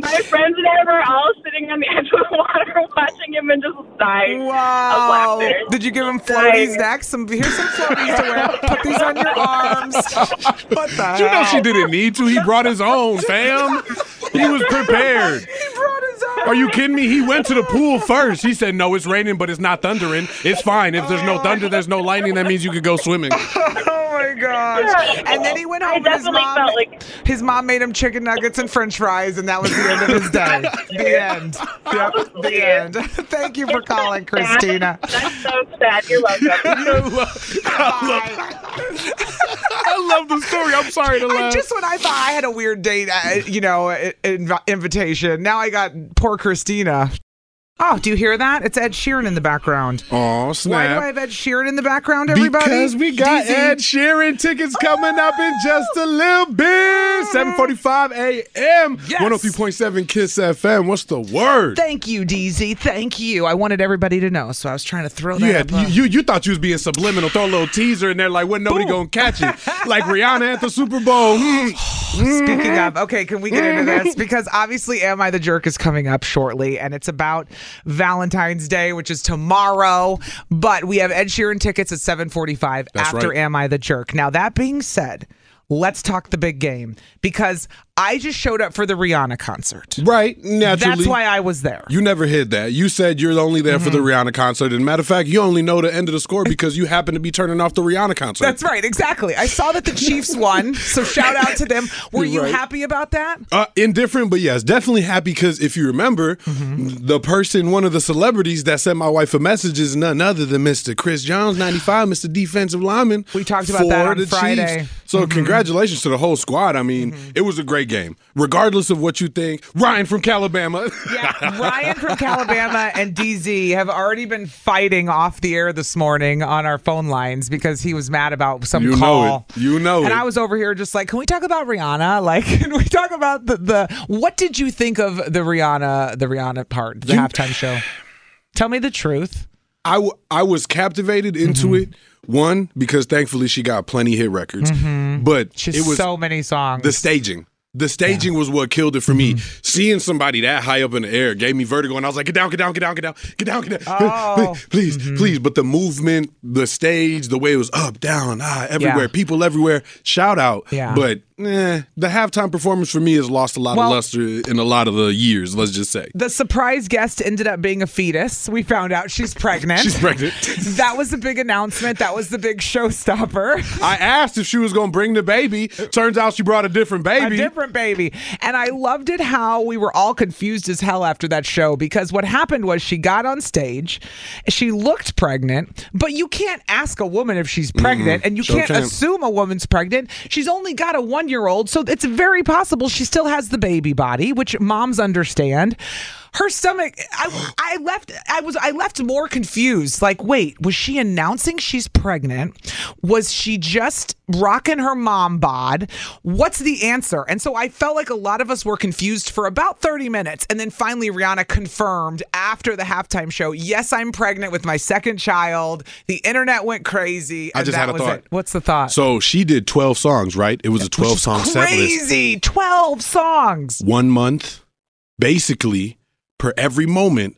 K: My friends and I were all sitting on the edge of
J: (laughs)
K: the water watching him and just dying.
B: Wow.
K: Of laughter.
B: Did you give him floaties Oh, next? Some here's some floaties to wear. Put these on your arms. What the
C: You know
B: hell?
C: she didn't need to. He brought his own, fam. He was
B: (laughs)
C: prepared. Are you kidding me? He went to the pool first. He said, "No, it's raining, but it's not thundering. It's fine. If there's no thunder, there's no lightning. That means you could go swimming."
B: Oh my gosh. And then he went home and his
K: definitely
B: mom,
K: felt
B: his mom made him chicken nuggets and french fries, and that was the end of
K: (laughs)
B: his day. The end. Yep, the end. (laughs) Thank you for calling, Christina.
K: That's so sad. You're
C: (laughs)
K: welcome.
B: (laughs)
C: I love the story. I'm sorry to
B: laugh. Just when I thought I had a weird date, uh, you know, i- inv- invitation, now I got poor Christina. Oh, do you hear that? It's Ed Sheeran in the background.
C: Oh,
B: (laughs) Why do I have Ed Sheeran in the background, everybody?
C: Because we got
B: DZ.
C: Ed Sheeran tickets coming up in just a little
B: Ah.
C: bit. 7:45 a.m. 103.7 Kiss FM. What's the word?
B: Thank you, DZ. Thank you. I wanted everybody to know, so I was trying to throw that.
C: You,
B: up,
C: had,
B: uh,
C: you, you you thought you was being
B: (laughs)
C: subliminal. Throw a little teaser in there, like, "Wasn't nobody gonna catch it?" Like Rihanna at the Super Bowl. Hmm.
B: (sighs) Speaking of, okay, can we get
C: (laughs)
B: into this? Because obviously, Am I the Jerk is coming up shortly, and it's about Valentine's Day, which is tomorrow. But we have Ed Sheeran tickets at 7:45
G: That's
B: after
G: right.
B: Am I the Jerk. Now that being said, let's talk the big game because I just showed up for the Rihanna concert.
C: Right, naturally.
B: That's why I was there. Mm-hmm.
C: You never hid that. You said you're only there for the Rihanna concert. And matter of fact, you only know the end of the score because you happen to be turning off the Rihanna concert.
B: That's right, exactly. I saw that the Chiefs won, so shout out to them. Were
C: (laughs)
B: you
C: You're right.
B: happy about that?
C: Uh, indifferent, but yes, definitely happy because if you remember,
B: Mm-hmm.
C: the person, one of the celebrities that sent my wife a message is none other than Mr. Chris Jones, 95, Mr. Defensive Lineman. We
B: talked about that on Friday. Mm-hmm.
C: So, congratulations to the whole squad. I mean, it was a great game, regardless of what you think. Ryan from Calabama.
B: Ryan from Calabama and DZ have already been fighting off the air this morning on our phone lines because he was mad about some
C: (laughs) you
B: call.
C: know it. You know
B: and
C: it.
B: I was over here just like, can we talk about Rihanna? (laughs) Like, can we talk about the, the what did you think of the Rihanna the Rihanna part, the halftime show? Tell me the truth.
C: I, w- I was captivated into
B: Mm-hmm.
C: it. One, because thankfully she got plenty hit records.
B: Mhm.
C: But
B: Just
C: it was
B: so many songs.
C: The staging. The staging was what killed it for me.
B: Mm-hmm.
C: Seeing somebody that high up in the air gave me vertigo, and I was like, "Get down, get down, get down, get down, get down, (laughs) get down,
B: Oh.
C: please, please." But the movement, the stage, the way it was up, down, ah, everywhere,
B: Yeah.
C: people everywhere. Shout out!
B: Yeah.
C: But eh, the halftime performance for me has lost a lot
B: Well-
C: of luster in a lot of the years. Let's just
B: (laughs)
C: say
B: The surprise guest ended up being a fetus. We found out she's pregnant.
C: she's pregnant.
B: that was the big announcement. That was the big showstopper.
C: I asked if she was gonna bring the baby. Turns out she brought a different baby.
B: A different baby. And I loved it how we were all confused as hell after that show because what happened was she got on stage, she looked pregnant, but you can't ask a woman if she's pregnant,
C: Mm-hmm.
G: Mm-mm.
B: and you
G: Sure
B: can't
G: can't.
B: assume a woman's pregnant. She's only got a one year old, so it's very possible she still has the baby body, which moms understand. Her stomach. I, I left. I was. I left more confused. Like, wait, was she announcing she's pregnant? Was she just rocking her mom bod? What's the answer? And so I felt like a lot of us were confused for about thirty minutes, and then finally Rihanna confirmed after the halftime show. Yes, I'm pregnant with my second child. The internet went crazy.
C: I
B: and
C: just
B: that
C: had a
B: was
C: thought.
B: it. What's the thought?
C: So she did 12 songs, right? It was a 12 song set list.
B: Crazy. Twelve songs.
C: one month, basically per every moment.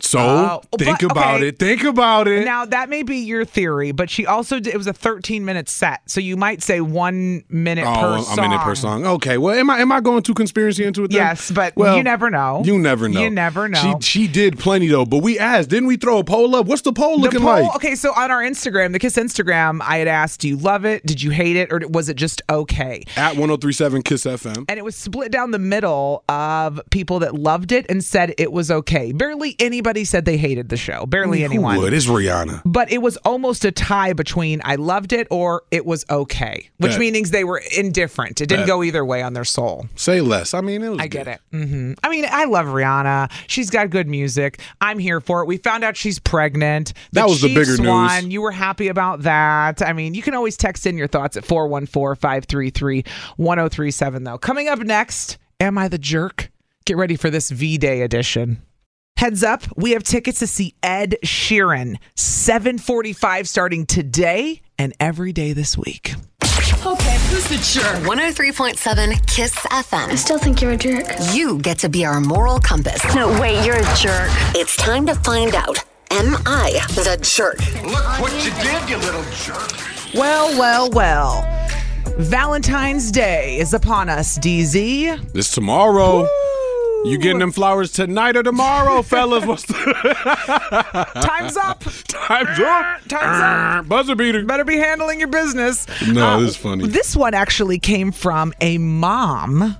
C: So
B: Oh,
C: think
B: but-
C: about
B: okay.
C: it. Think about it.
B: Now that may be your theory, but she also did, it was a 13 minute set, so you might say one minute per
C: oh,
B: song.
C: a minute per song. Okay. Well, am I am I going too conspiracy into it? Then?
B: Yes, but
C: well,
B: you never know.
C: You never know.
B: You never know.
C: She she did plenty though. But we asked, didn't we? Throw a poll up. What's the poll
B: The
C: looking
B: poll-
C: like?
B: okay, so on our Instagram, the Kiss Instagram, I had asked, "Do you love it? Did you hate it, or was it just okay?"
C: At 1037 Kiss FM.
B: And it was split down the middle of people that loved it and said it was okay. Barely anybody said they hated the show. Barely
C: Who
B: anyone.
C: would? It's Rihanna.
B: But it was almost a tie between I loved it or it was okay, which
C: Bet.
B: meanings they were indifferent. It didn't
C: Bet.
B: go either way on their soul.
C: Say less. I mean, it was.
B: I
C: good.
B: get it. hmm I mean, I love Rihanna. She's got good music. I'm here for it. We found out she's pregnant.
C: That was the
B: Chiefs
C: bigger news.
B: won. You were happy about that. I mean, you can always text in your thoughts at 414 533 1037, though. Coming up next, Am I the Jerk? Get ready for this V Day edition. Heads up, we have tickets to see Ed Sheeran, 745 starting today and every day this week.
A: Okay, who's the jerk? 103.7 Kiss FM. I still think you're a jerk. You get to be our moral compass. No, wait, you're a jerk. It's time to find out. Am I the jerk?
L: Look what you did, you little jerk.
B: Well, well, well. Valentine's Day is upon us, DZ.
C: It's tomorrow. You getting them flowers tonight or
B: (laughs)
C: tomorrow, fellas? What's the
B: Time's up.
C: Time's up.
B: (laughs) Time's
C: up. (laughs) Buzzer beater.
B: Better be handling your business.
C: No, this is funny.
B: This one actually came from a mom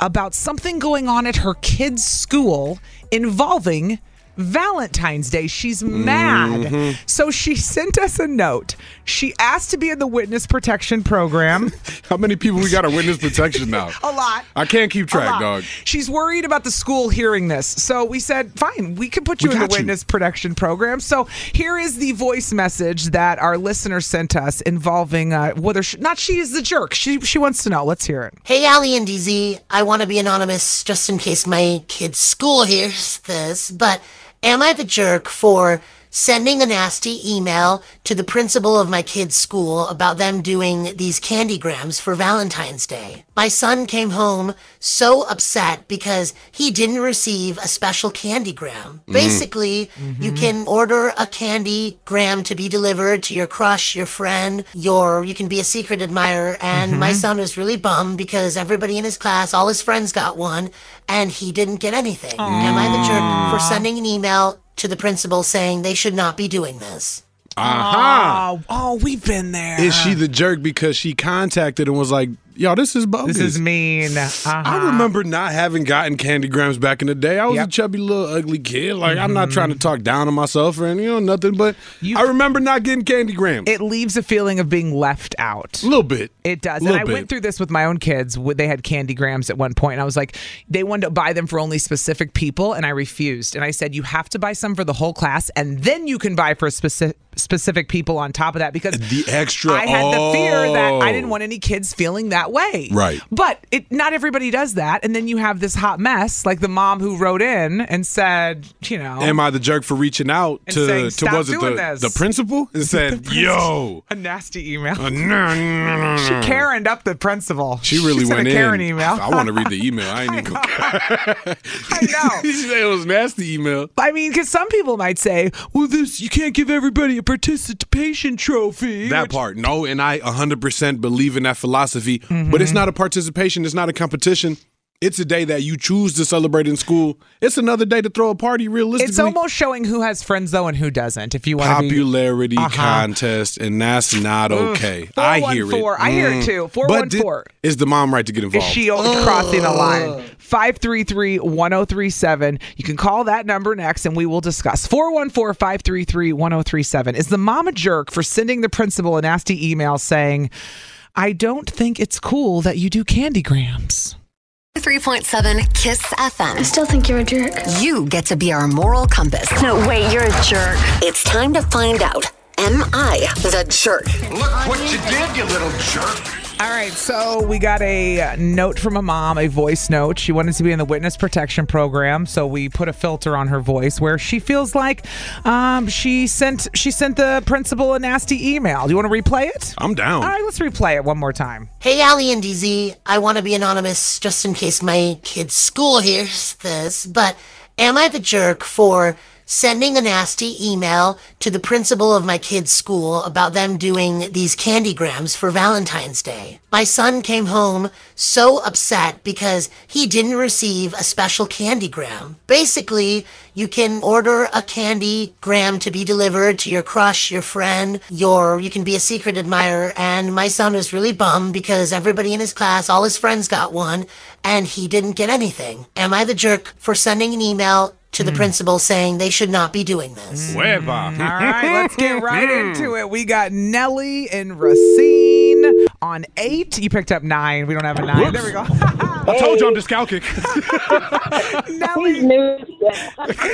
B: about something going on at her kid's school involving Valentine's Day. She's mad.
C: Mm-hmm.
G: Mhm.
B: So she sent us a note. She asked to be in the witness protection program.
C: (laughs) How many people we got our witness protection now?
B: (laughs) a lot.
C: I can't keep
B: A lot.
C: track, dog.
B: She's worried about the school hearing this. So we said, fine, we can put you in the
C: got you.
B: witness protection program. So here is the voice message that our listener sent us involving uh, whether she, not she is the jerk. She she wants to know. Let's hear it.
M: Hey, Allie and DZ. I want to be anonymous just in case my kid's school hears this, but am I the jerk for sending a nasty email to the principal of my kid's school about them doing these candygrams for Valentine's Day. My son came home so upset because he didn't receive a special candygram.
G: Mm.
M: Basically, you can order a candygram to be delivered to your crush, your friend, your you can be a secret admirer and my
G: Mhm.
M: son was really bummed because everybody in his class, all his friends got one and he didn't get anything. Am I the jerk for sending an email to the principal saying they should not be doing this?
C: Aha.
B: Oh, oh, we've been there.
C: Uh-huh. Is she the jerk because she contacted and was like, "Yo, this is bogus.
B: is mean." Uh-huh.
C: I remember not having gotten candy grams back in the day. I was a chubby little ugly kid. Like I'm not trying to
B: Mm-hmm.
C: talk down on myself or anything, you know, nothing. But I remember not getting candy grams.
B: It leaves a feeling of being left out. A
C: little bit.
B: It does. And
C: Little
B: I
C: bit.
B: went through this with my own kids. Wh- They had candy grams at one point, and I was like, they wanted to buy them for only specific people, and I refused. And I said, you have to buy some for the whole class, and then you can buy for specific specific people on top of that because
C: the extra.
B: I had the fear that I didn't
C: Oh.
B: want any kids feeling that way.
C: Right.
B: But it not everybody does that, and then you have this hot mess, like the mom who wrote in and said, you know,
C: Am I the jerk for reaching out
B: And
C: to
B: saying,
C: to
B: "Stop
C: was it
B: doing
C: the,
B: this."
C: the
B: (laughs)
C: principal and said, "Yo,
B: a nasty email.
C: Uh, (laughs) no, no, no,
B: She
C: no.
B: Karened up the principal.
C: she really
B: sent
C: went
B: a Karen
C: in."
B: email.
C: I
B: (laughs)
C: want to read the email. I ain't even. (laughs) I know. it was nasty email.
B: I mean, because some people might say, "Well, this you can't give everybody a participation
C: (laughs)
B: trophy."
C: That part, no, and I 100% believe in that philosophy.
B: Mm-hmm.
C: But it's not a participation. It's not a competition. It's a day that you choose to celebrate in school. It's another day to throw a party. Realistically,
B: It's almost showing who has friends though and who doesn't. If you want to be
C: popularity
B: Uh-huh.
C: contest, and that's not
B: Ugh.
C: okay. I hear it. Mm.
B: 414. I hear it too.
C: But did-
B: 414.
C: Is the mom right to get
B: Is
C: involved?
B: she over crossing the line? 533 1037. You can call that number next and we will discuss. 414 533 1037. Is the mom a jerk for sending the principal a nasty email saying, I don't think it's cool that you do candy grams?
A: oh 3.7 Kiss FM. I still think you're a jerk. You get to be our moral compass. No, wait, you're a jerk. It's time to find out. Am I the jerk?
L: Look what you did, you little jerk.
B: All right, so we got a note from a mom, a voice note. She wanted to be in the witness protection program, so we put a filter on her voice where she feels like um, she sent she sent the principal a nasty email. Do you want to replay it?
C: I'm down.
B: All right, let's replay it one more time.
M: Hey, Allie and DZ, I want to be anonymous just in case my kid's school hears this, but am I the jerk for sending a nasty email to the principal of my kid's school about them doing these candygrams for Valentine's Day? My son came home so upset because he didn't receive a special candygram. Basically, you can order a candygram to be delivered to your crush, your friend, your you can be a secret admirer. And my son was really bummed because everybody in his class, all his friends got one, and he didn't get anything. Am I the jerk for sending an email to the principal saying they should not be doing this?
C: Whatever. All
B: Mm. All right,
C: (laughs)
B: let's get right into it. We got Nellie and Racine on eight. You picked up nine. We don't have a nine. There we go.
C: I told you I'm dyscalculic.
B: (laughs) Nelly.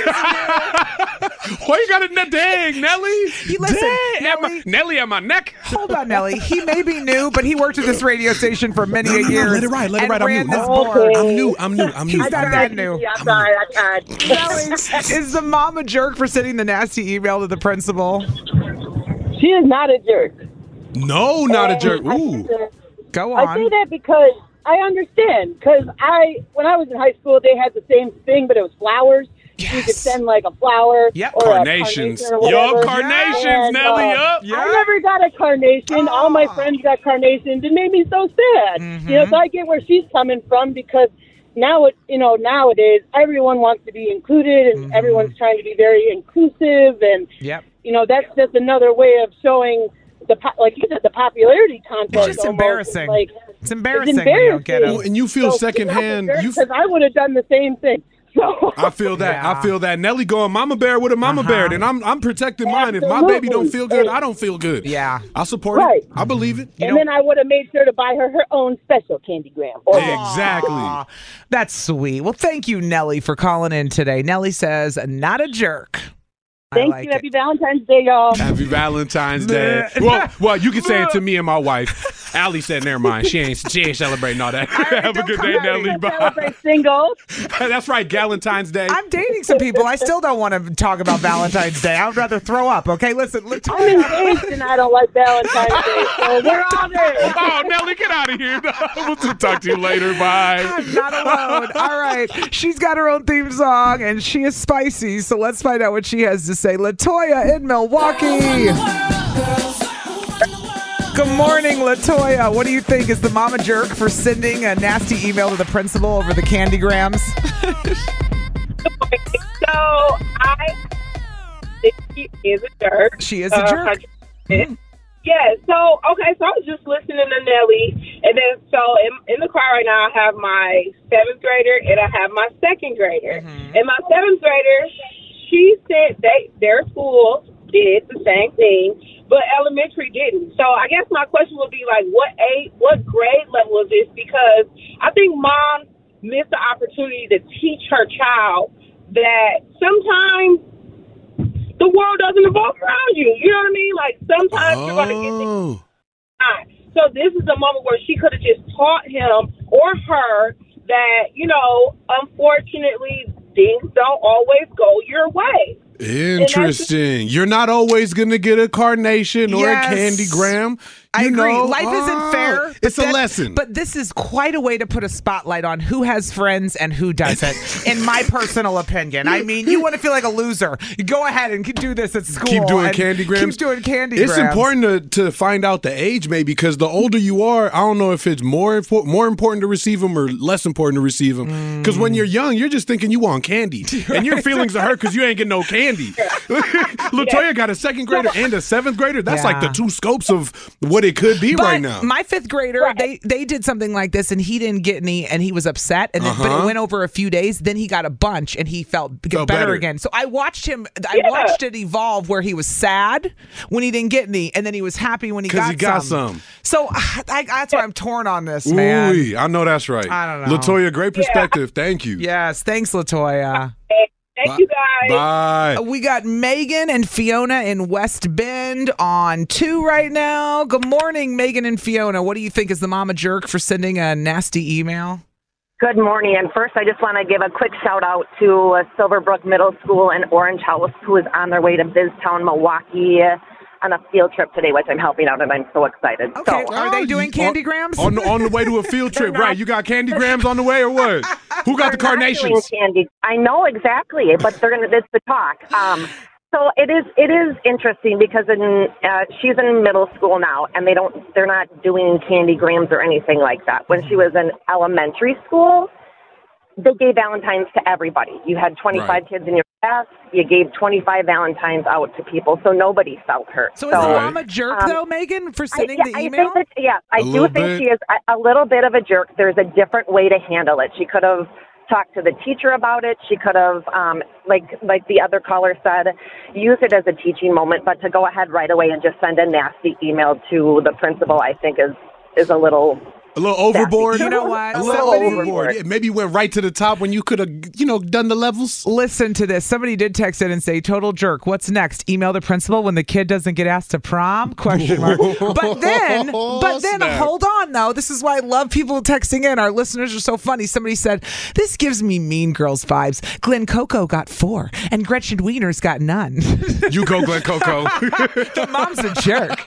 C: (laughs) Why you got it? ne- Dang, Nelly.
B: You listen,
C: Dang, Nelly. Nelly on my neck.
B: Hold on, Nelly. He may be new, but he worked at this radio station for many a
C: No, no,
B: year.
C: let it ride, let it
B: and
C: ride. I'm
B: ran
C: new.
B: this
C: Okay.
B: board.
C: I'm new, I'm new, I'm new,
B: He's not
C: I'm
B: that
C: new.
B: new.
C: Yeah,
I: I'm sorry, I tried.
B: Nelly, is the mom a jerk for sending the nasty email to the principal?
E: She is not a jerk.
C: No, Oh, not a
E: And
C: jerk.
E: Um, I
C: Ooh.
E: think that-
B: Go
E: I say that because I understand. Because I, when I was in high school, they had the same thing, but it was flowers. You could send like a flower or
C: Carnations.
E: a carnation or
C: Yup,
E: whatever.
C: carnations,
E: And,
C: Nelly,
E: uh,
C: yup. Ah.
E: I never got a carnation. All my friends got carnations. It made me so sad. You
C: Mm-hmm.
E: know, so I get where she's coming from because now it, you know, nowadays everyone wants to be included and
C: Mm-hmm.
E: everyone's trying to be very inclusive and
B: Yep.
E: you know that's just another way of showing the po- like you said the popularity contest.
B: It's just
E: almost.
B: embarrassing.
E: Like
B: It's embarrassing when you don't get 'em. Well, and you feel secondhand- you-
E: because I would have done the same thing. So
C: I feel that. I feel that. Nelly going mama bear with a mama
B: Uh-huh.
C: bear, then I'm I'm protecting mine. If my baby don't
E: Absolutely.
C: feel good, I don't feel good.
B: Yeah,
C: I support
E: Right.
C: it. I believe it.
E: and then I would have made sure to buy her her own special candy gram. Or
C: Exactly.
B: That's sweet. Well, thank you, Nelly, for calling in today. Nelly says, not a jerk.
E: Thank you. Happy Valentine's Day, y'all.
B: (laughs)
C: Happy Valentine's Day. well, well, you can say it to me and my wife. Allie said, "Never mind. She ain't. She ain't celebrating
B: (laughs)
C: all that. (laughs) Have a good day, Nelly. Bye."
E: Single.
C: (laughs) That's right. Galentine's Day.
B: I'm dating some people. I still don't want to talk about Valentine's Day. I would rather throw up. Okay, listen. Let-
E: I'm engaged and I don't like Valentine's Day, so we're on
C: (laughs)
E: it.
C: Oh, Nelly, get out of here. (laughs) we'll talk to you later. Bye.
B: I'm not alone. All right. She's got her own theme song and she is spicy. So let's find out what she has to say. Latoya in Milwaukee. Good morning, Latoya. What do you think? Is the mama jerk for sending a nasty email to the principal over the candy grams?
G: So I think she is a jerk. uh,
B: She is a jerk.
G: Yeah. So okay. So I was just listening to Nelly, and then so in, in the car right now, I have my seventh grader and I have my second grader.
B: Mm-hmm.
G: And my seventh grader, she said they their school did the same thing, but elementary didn't. So I guess my question would be like, what age, what grade level is this? Because I think mom missed the opportunity to teach her child that sometimes the world doesn't evolve around you. You know what I mean? Like sometimes you're going to get things right. So this is a moment where she could have just taught him or her that you know, unfortunately, things don't always go your way.
C: Interesting. You're not always gonna get a carnation or
B: Yes.
C: a candy gram.
B: I
C: You
B: agree.
C: know,
B: Life
C: ah,
B: isn't fair.
C: It's
B: but
C: a
B: that-
C: lesson.
B: But this is quite a way to put a spotlight on who has friends and who
C: (laughs)
B: doesn't, in my personal opinion. I mean, you want to feel like a loser. You go ahead and do this at school.
C: Keep doing
B: and
C: candy grams.
B: Keep doing candy
C: It's
B: grams.
C: important to, to find out the age, maybe, because the older you are, I don't know if it's more infor- more important to receive them or less important to receive them. Because when you're young, you're just thinking you want
B: (laughs)
C: candy, and your feelings are hurt because you ain't getting no candy. (laughs) Latoya got a second grader and a seventh grader. That's like the
B: Yeah.
C: two scopes of what it could be
B: But
C: right now.
B: my fifth grader, they they did something like this, and he didn't get any, and he was upset. And then, but
C: Uh-huh.
B: it went over a few days. Then he got a bunch, and he felt get
C: Felt
B: better,
C: better.
B: again. So I watched him. I watched it evolve where he was sad when he didn't get any, and then he was happy when he
C: 'Cause
B: got
C: he got some.
B: So (sighs) I, I, that's why I'm torn on this, man.
C: Ooh, I know that's right.
B: I don't know.
C: Latoya, great perspective. Thank you.
B: Yes, thanks, Latoya.
G: Thank
C: Bye- you, guys. bye.
B: Uh, We got Megan and Fiona in West Bend on two right now. Good morning, Megan and Fiona. What do you think? Is the mama jerk for sending a nasty email?
N: Good morning. And first, I just want to give a quick shout out to uh, Silverbrook Middle School and Orange House, who is on their way to Biztown, Milwaukee, uh, on a field trip today, which I'm helping out, and I'm so excited. Okay. So,
B: Are they doing candy grams?
C: Oh, On, on the way
B: (laughs)
C: to a field trip, right? You got candy grams on the way or what? Who got the
N: They're not doing
C: carnations?
N: Candy. I know exactly, but they're gonna. It's the talk. Um, so it is. It is interesting because in uh, she's in middle school now, and they don't. They're not doing candy grams or anything like that. When she was in elementary school, they gave Valentines to everybody. You had 25
O: Right.
N: kids in your class. You gave 25 Valentines out to people, so nobody felt hurt.
B: So is the mom a jerk though, Megan, for sending
N: um, I, yeah,
B: the
N: I think
B: email?
N: that, yeah, I
B: A
N: do
B: little
N: think
B: bit.
N: she is a, a little bit of a jerk. There's a different way to handle it. She could have talked to the teacher about it. She could have, um, like like the other caller said, use it as a teaching moment. But to go ahead right away and just send a nasty email to the principal, I think is is a little
C: A little overboard.
N: You know what?
C: A little
N: Somebody-
C: overboard. Yeah, maybe went right to the top when you could have, you know, done the levels.
B: Listen to this. Somebody did text in and say, "Total jerk. What's next? Email the principal when the kid doesn't get asked to prom?" Question mark. but
C: (laughs)
B: then, but then,
C: Snap.
B: hold on though. This is why I love people texting in. Our listeners are so funny. Somebody said, "This gives me Mean Girls vibes." Glenn Coco got four, and Gretchen Wiener's got none.
C: you go, Glenn Coco. (laughs)
B: (laughs) the mom's a jerk.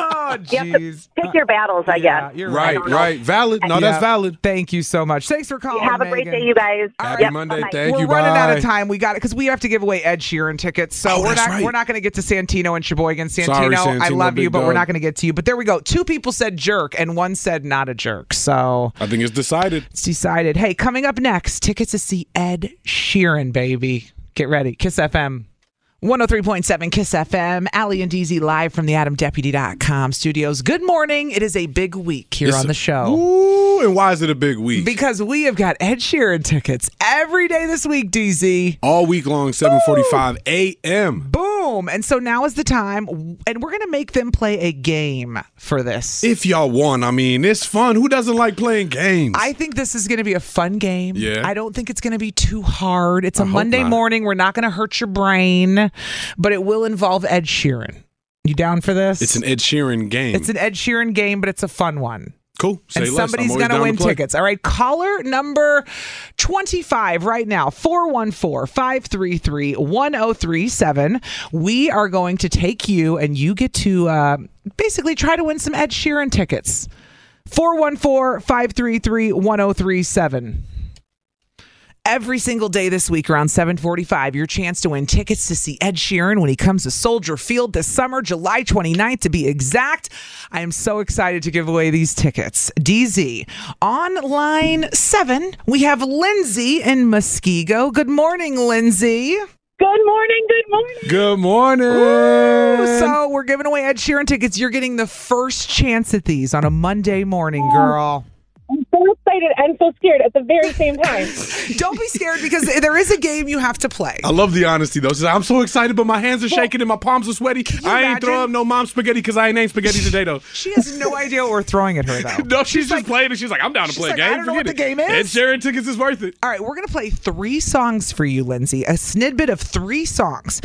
B: Oh, jeez. Uh,
N: Pick your battles, I guess.
B: You're
C: Right,
B: (laughs) I don't know.
C: right. Valid. No, that's
B: Yeah.
C: valid.
B: Thank you so much. Thanks for calling.
N: Have a great
B: Megan.
N: day, you guys.
C: Happy Monday. Thank
B: we're
C: you.
B: running
C: bye.
B: out of time. We got it because we have to give away Ed Sheeran tickets. So
C: Oh,
B: we're
C: that's
B: not
C: right.
B: we're not going to get to Santino and Sheboygan. Santino,
C: Sorry,
B: I
C: Santino,
B: love you,
C: big
B: but we're
C: dog.
B: not going to get to you. But there we go. Two people said jerk, and one said not a jerk. So
C: I think it's decided.
B: It's decided. Hey, coming up next, tickets to see Ed Sheeran, baby. Get ready, Kiss FM. 103.7 Kiss FM, Allie and DZ live from the AdamDeputy.com studios. Good morning. It is a big week here
C: It's
B: on
C: a-
B: the show.
C: Ooh, and why is it a big week?
B: Because we have got Ed Sheeran tickets every day this week, DZ.
C: All week long, 7:45 a.m.
B: Boom. And so now is the time, and we're going to make them play a game for this.
C: If y'all want, I mean, it's fun. Who doesn't like playing games?
B: I think this is going to be a fun game.
C: Yeah.
B: I don't think it's going to be too hard. It's a
C: hope
B: Monday
C: not.
B: morning. We're not going to hurt your brain, but it will involve Ed Sheeran. You down for this?
C: It's an Ed Sheeran game.
B: It's an Ed Sheeran game, but it's a fun one.
C: Cool. Say
B: and
C: less. I'm
B: somebody's
C: always down
B: going to
C: to
B: win
C: play.
B: tickets. All right. Caller number 25 right now 414 533 1037. We are going to take you, and you get to uh, basically try to win some Ed Sheeran tickets. 414 533 1037. Every single day this week around 7:45, your chance to win tickets to see Ed Sheeran when he comes to Soldier Field this summer, July 29th to be exact. I am so excited to give away these tickets. DZ on line 7, we have Lindsay in Muskego. Good morning, Lindsay.
O: Good morning. Good morning.
C: Good morning.
B: so, we're giving away Ed Sheeran tickets. You're getting the first chance at these on a Monday morning, girl.
O: I'm so excited and so scared at the very same time.
B: (laughs) Don't be scared because there is a game you have to play.
C: I love the honesty though. She said, I'm so excited, but my hands are shaking and my palms are sweaty. I ain't throwing up no mom spaghetti because I ain't ain't spaghetti today though.
B: She
C: (laughs)
B: has no idea what we're throwing at her though.
C: no, she's, just playing and she's like, I'm down to play
B: like,
C: a game.
B: I don't know what
C: Forget
B: the
C: it.
B: game is.
C: Ed Sheeran tickets is worth it.
B: All right, we're gonna play three songs for you, Lindsay. A snidbit of three songs.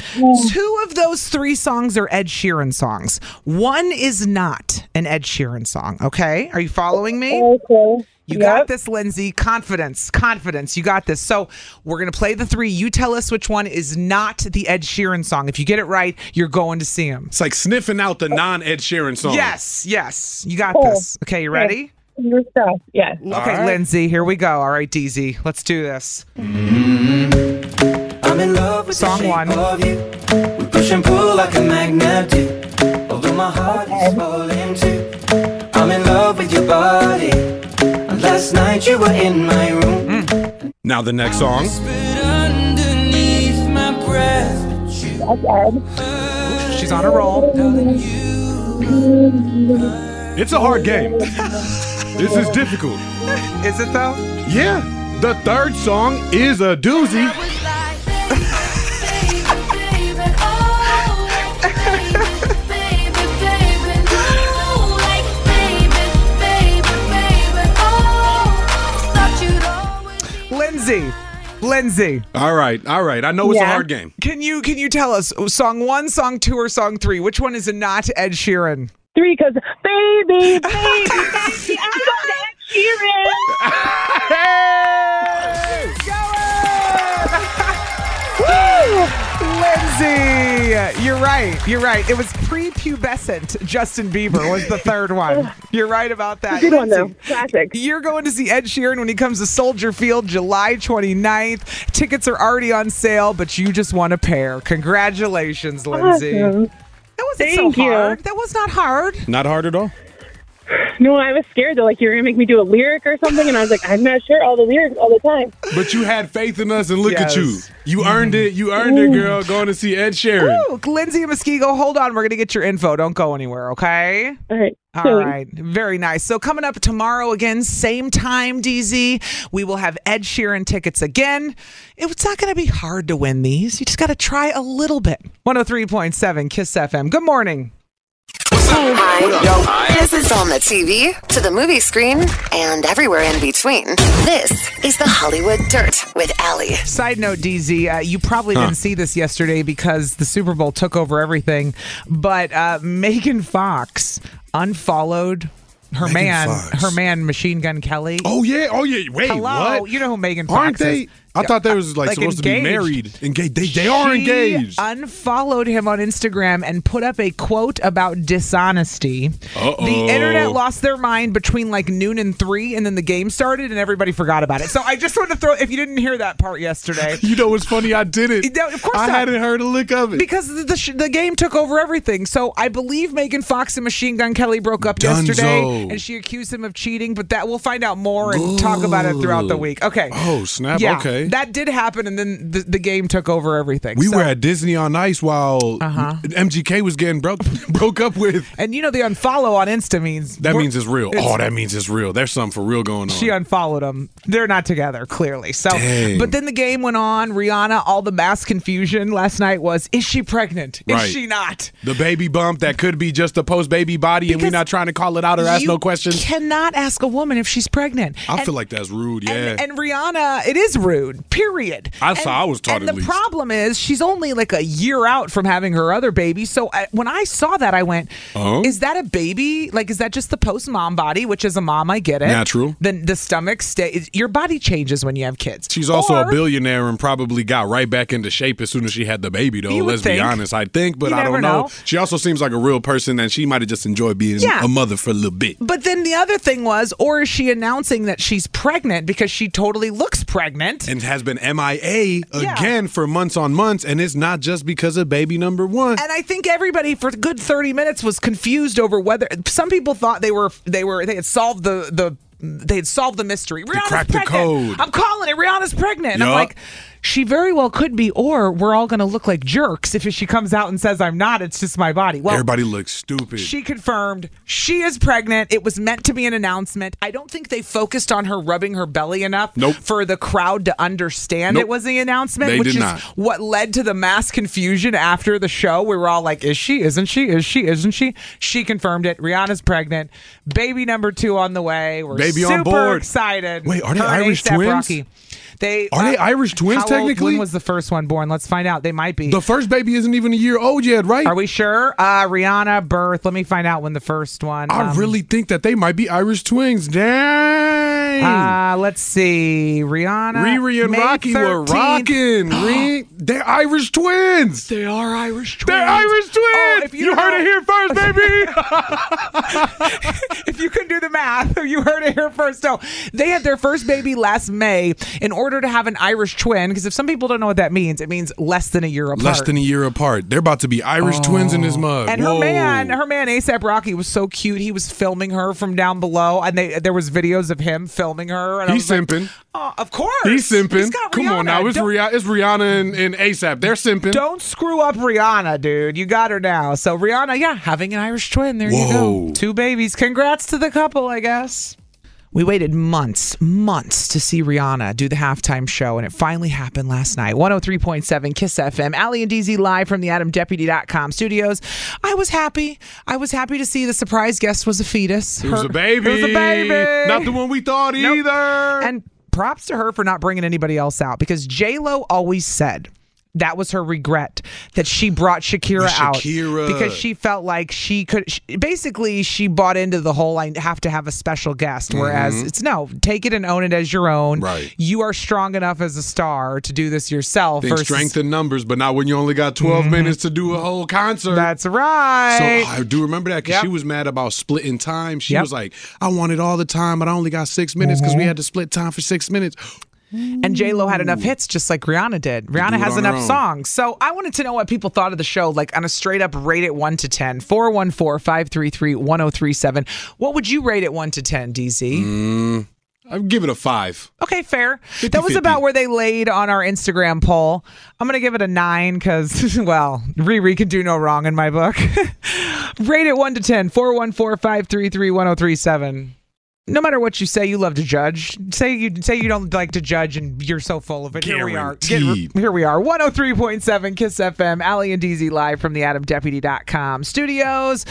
B: Two of those three songs are Ed Sheeran songs. One is not an Ed Sheeran song. Okay, are you following me?
O: Okay.
B: You got this, Lindsay. Confidence, confidence. You got this. So we're gonna play the three. You tell us which one is not the Ed Sheeran song. If you get it right, you're going to see him.
C: It's like sniffing out the (laughs) non Ed Sheeran song.
B: Yes, yes. You got
C: Cool.
B: this. Okay, you
C: Okay.
B: ready?
O: Your stuff. Yes.
B: Okay, Lindsay, here we go. All right, DZ, let's do this.
P: Mm-hmm. I'm in love with
B: Song
P: the shape
B: one.
P: of you. We push and pull like a magnet do. Although my heart is falling too. I'm in love with your body. And last night you were in my room.
C: Now the next song.
P: But underneath my breath.
B: She's on a roll.
I: Mm-hmm.
C: It's a hard game. (laughs) this is difficult.
B: (laughs) Is it though?
C: Yeah. The third song is a doozy.
B: Lindsay. Lindsay.
C: All right, all right. I know it's a hard game.
B: Can you can you tell us song one, song two, or song three? Which one is not Ed Sheeran?
O: Three, because
B: (laughs)
O: baby, baby, baby, I'm gonna
B: (laughs) Hey! Lindsay, you're right. You're right. It was prepubescent. Justin Bieber was the
O: (sighs)
B: third one. You're right about that.
O: Good one,
B: Lindsay,
O: though. Classic.
B: You're going to see Ed Sheeran when he comes to Soldier Field July 29th. Tickets are already on sale, but you just won a pair. Congratulations, Lindsay.
O: Awesome.
B: That wasn't
O: Thank
B: so
O: you.
B: hard. That was not hard.
C: Not hard at all.
O: No, I was scared that like you were gonna make me do a lyric or something, and I was like, I'm not sure all the lyrics all the time.
C: But you had faith in us and look at you.
B: Yes.
C: You earned it. You earned it, girl. Going to see Ed Sheeran.
B: Ooh, Lindsay and Muskego, hold on. We're going to get your info. Don't go anywhere, okay?
O: All right.
B: All
O: Thanks.
B: right. Very nice. So, coming up tomorrow again, same time, DZ, we will have Ed Sheeran tickets again. It's not going to be hard to win these. You just got to try a little bit. 103.7 Kiss FM. Good morning.
A: Hi. This is on the TV, to the movie screen, and everywhere in between. This is the Hollywood Dirt with Allie.
B: Side note, DZ, uh, you probably
A: Huh.
B: didn't see this yesterday because the Super Bowl took over everything, but uh, Megan Fox unfollowed her
C: Megan
B: man,
C: Fox.
B: her man, Machine Gun Kelly.
C: Oh yeah, oh yeah. Wait,
B: Hello,
C: what?
B: you know who Megan Fox
C: Aren't they?
B: is?
C: I
B: Yeah,
C: thought they was like,
B: like
C: supposed to be
B: engaged.
C: married. Engaged. They, they are
B: She
C: engaged.
B: Unfollowed him on Instagram and put up a quote about dishonesty.
C: Uh-oh.
B: The internet lost their mind between like noon and three, and then the game started, and everybody forgot about it. So I just wanted to throw. If you didn't hear that part yesterday,
C: (laughs) you know what's funny? I did it.
B: No, of course
C: I
B: not.
C: hadn't heard a lick of it.
B: because the, the, sh- the game took over everything. So I believe Megan Fox and Machine Gun Kelly broke up yesterday,
C: Dunzo.
B: and she accused him of cheating. But that we'll find out more and talk about it throughout the
C: Ooh.
B: week. Okay.
C: Oh snap!
B: yeah,
C: okay.
B: that did happen, and then the, the game took over everything.
C: we
B: So-
C: were at Disney on Ice while MGK was getting broke (laughs) broke up with.
B: Uh-huh. And you know the unfollow on Insta means
C: That
B: we're-
C: means it's real.
B: it's-
C: oh, that means it's real. There's something for real going on.
B: she unfollowed him. They're not together, clearly. So,
C: Dang.
B: but then the game went on. Rihanna, all the mass confusion last night was: Is she pregnant? Is
C: Right.
B: she not?
C: the baby bump that could be just a post baby body, and we're not trying to call it out or ask
B: You
C: no questions.
B: Cannot ask a woman if she's pregnant.
C: I
B: And-
C: feel like that's rude. Yeah.
B: And Rihanna, it is rude. attitude, period.
C: I saw. I was taught
B: and
C: at
B: the
C: least.
B: problem is she's only like a year out from having her other baby. So I, when I saw that, I went,
C: Oh.
B: "Is that a baby? Like, is that just the post mom body? Which is a mom, I get it.
C: Natural.
B: Then the stomach stay. Your body changes when you have kids.
C: She's also
B: Or-
C: a billionaire and probably got right back into shape as soon as she had the baby, though.
B: You would
C: Let's be
B: think.
C: honest. I think, but
B: You
C: I
B: never
C: don't know.
B: know.
C: She also seems like a real person, and she might have just enjoyed being
B: Yeah.
C: a mother for a little bit.
B: But then the other thing was, or is she announcing that she's pregnant because she totally looks pregnant?
C: And has been MIA again for months on months, and it's not just because of baby number one.
B: And I think everybody for a good 30 minutes was confused over whether some people thought they were they were they had solved the the they had solved the mystery. Rihanna's
C: cracked the
B: pregnant.
C: code.
B: I'm calling it. Rihanna's pregnant. And I'm
C: Yup.
B: like, she very well could be, or we're all going to look like jerks if she comes out and says I'm not. It's just my body. Well,
C: Everybody looks stupid.
B: She confirmed she is pregnant. It was meant to be an announcement. I don't think they focused on her rubbing her belly enough
C: Nope.
B: for the crowd to understand
C: Nope.
B: it was the announcement,
C: They
B: which
C: did
B: is
C: not.
B: what led to the mass confusion after the show. We were all like, "Is she? Isn't she? Is she? Isn't she?" She confirmed it. Rihanna's pregnant. Baby number two on the way. We're
C: Baby on
B: super
C: board.
B: excited.
C: Wait, are they
B: Her and
C: Irish
B: A$AP
C: twins?
B: Rocky. They uh,
C: Are they Irish twins
B: how old-
C: technically?
B: when was the first one born? Let's find out. They might be.
C: The first baby isn't even a year old yet, right?
B: Are we sure? Uh, Rihanna birth. Let me find out when the first one.
C: I
B: um,
C: really think that they might be Irish twins. Dang.
B: Uh, let's see. Rihanna.
C: Riri and
B: May
C: Rocky were
B: 13th. (gasps)
C: rocking. Re- they're Irish twins. They
B: are Irish twins. Oh,
C: They're Irish twins. you heard it here first, baby.
B: (laughs) if you can do the math, you heard it here first. No, they had their first baby last May in order to have an Irish twin. Because if some people don't know what that means, it means less than a year apart. Oh.
C: Less than a year apart. They're about to be Irish twins in this mug.
B: And
C: Whoa.
B: her man, her man ASAP Rocky was so cute. He was filming her from down below, and they, there was videos of him filming her. And I
C: He's
B: was like,
C: simping.
B: "Oh, of course,
C: He's simping.
B: He's got
C: Come on
B: Rihanna.
C: now. It's,
B: uh, Don't-
C: Rih- it's Rihanna and, and ASAP. They're simping.
B: Don't screw up Rihanna, dude. You got her now. So Rihanna, yeah, having an Irish twin. There you
C: Whoa.
B: go. Two babies. Congrats to the couple, I guess. We waited months, months to see Rihanna do the halftime show, and it finally happened last night. 103.7 Kiss FM. Ali and DZ live from the AdamDeputy.com studios. I was happy. I was happy to see the surprise guest was a fetus.
C: It was
B: Her-
C: a baby.
B: It was a baby.
C: Not the one we thought
B: Nope.
C: either.
B: And props to her for not bringing anybody else out because J Lo always said that was her regret that she brought Shakira,
C: With Shakira.
B: out because she felt like she could. sh basically, she bought into the whole I have to have a special guest. Whereas
C: Mhm.
B: it's no, take it and own it as your own.
C: Right.
B: You are strong enough as a star to do this yourself.
C: Think
B: versus-
C: strength in numbers, but not when you only got 12 minutes to do a whole concert.
B: That's Mm-hmm. right.
C: So I do remember that because
B: Yep.
C: she was mad about splitting time. She
B: Yep.
C: was like, I wanted all the time, but I only got six minutes because we
B: Mhm.
C: had to split time for six minutes.
B: and J Lo had enough hits, just like Rihanna did. Rihanna
C: it
B: has
C: on her
B: enough
C: own.
B: songs. So I wanted to know what people thought of the show, like on a straight up rate it one to 10, 414 533 1037. What would you rate it one to 10, DZ?
C: Mm, I'd give it a five.
B: Okay, fair. that was about where they laid on our Instagram poll. I'm going to give it a nine because, (laughs) well, Riri can do no wrong in my book. (laughs) Rate it 1 to 10, 414 533 1037. No matter what you say, you love to judge. Say you say you don't like to judge, and you're so full of it. Here we are.
C: Guaranteed.
B: here we are. 103.7 Kiss FM. Ali and DZ live from the AdamDeputy.com studios,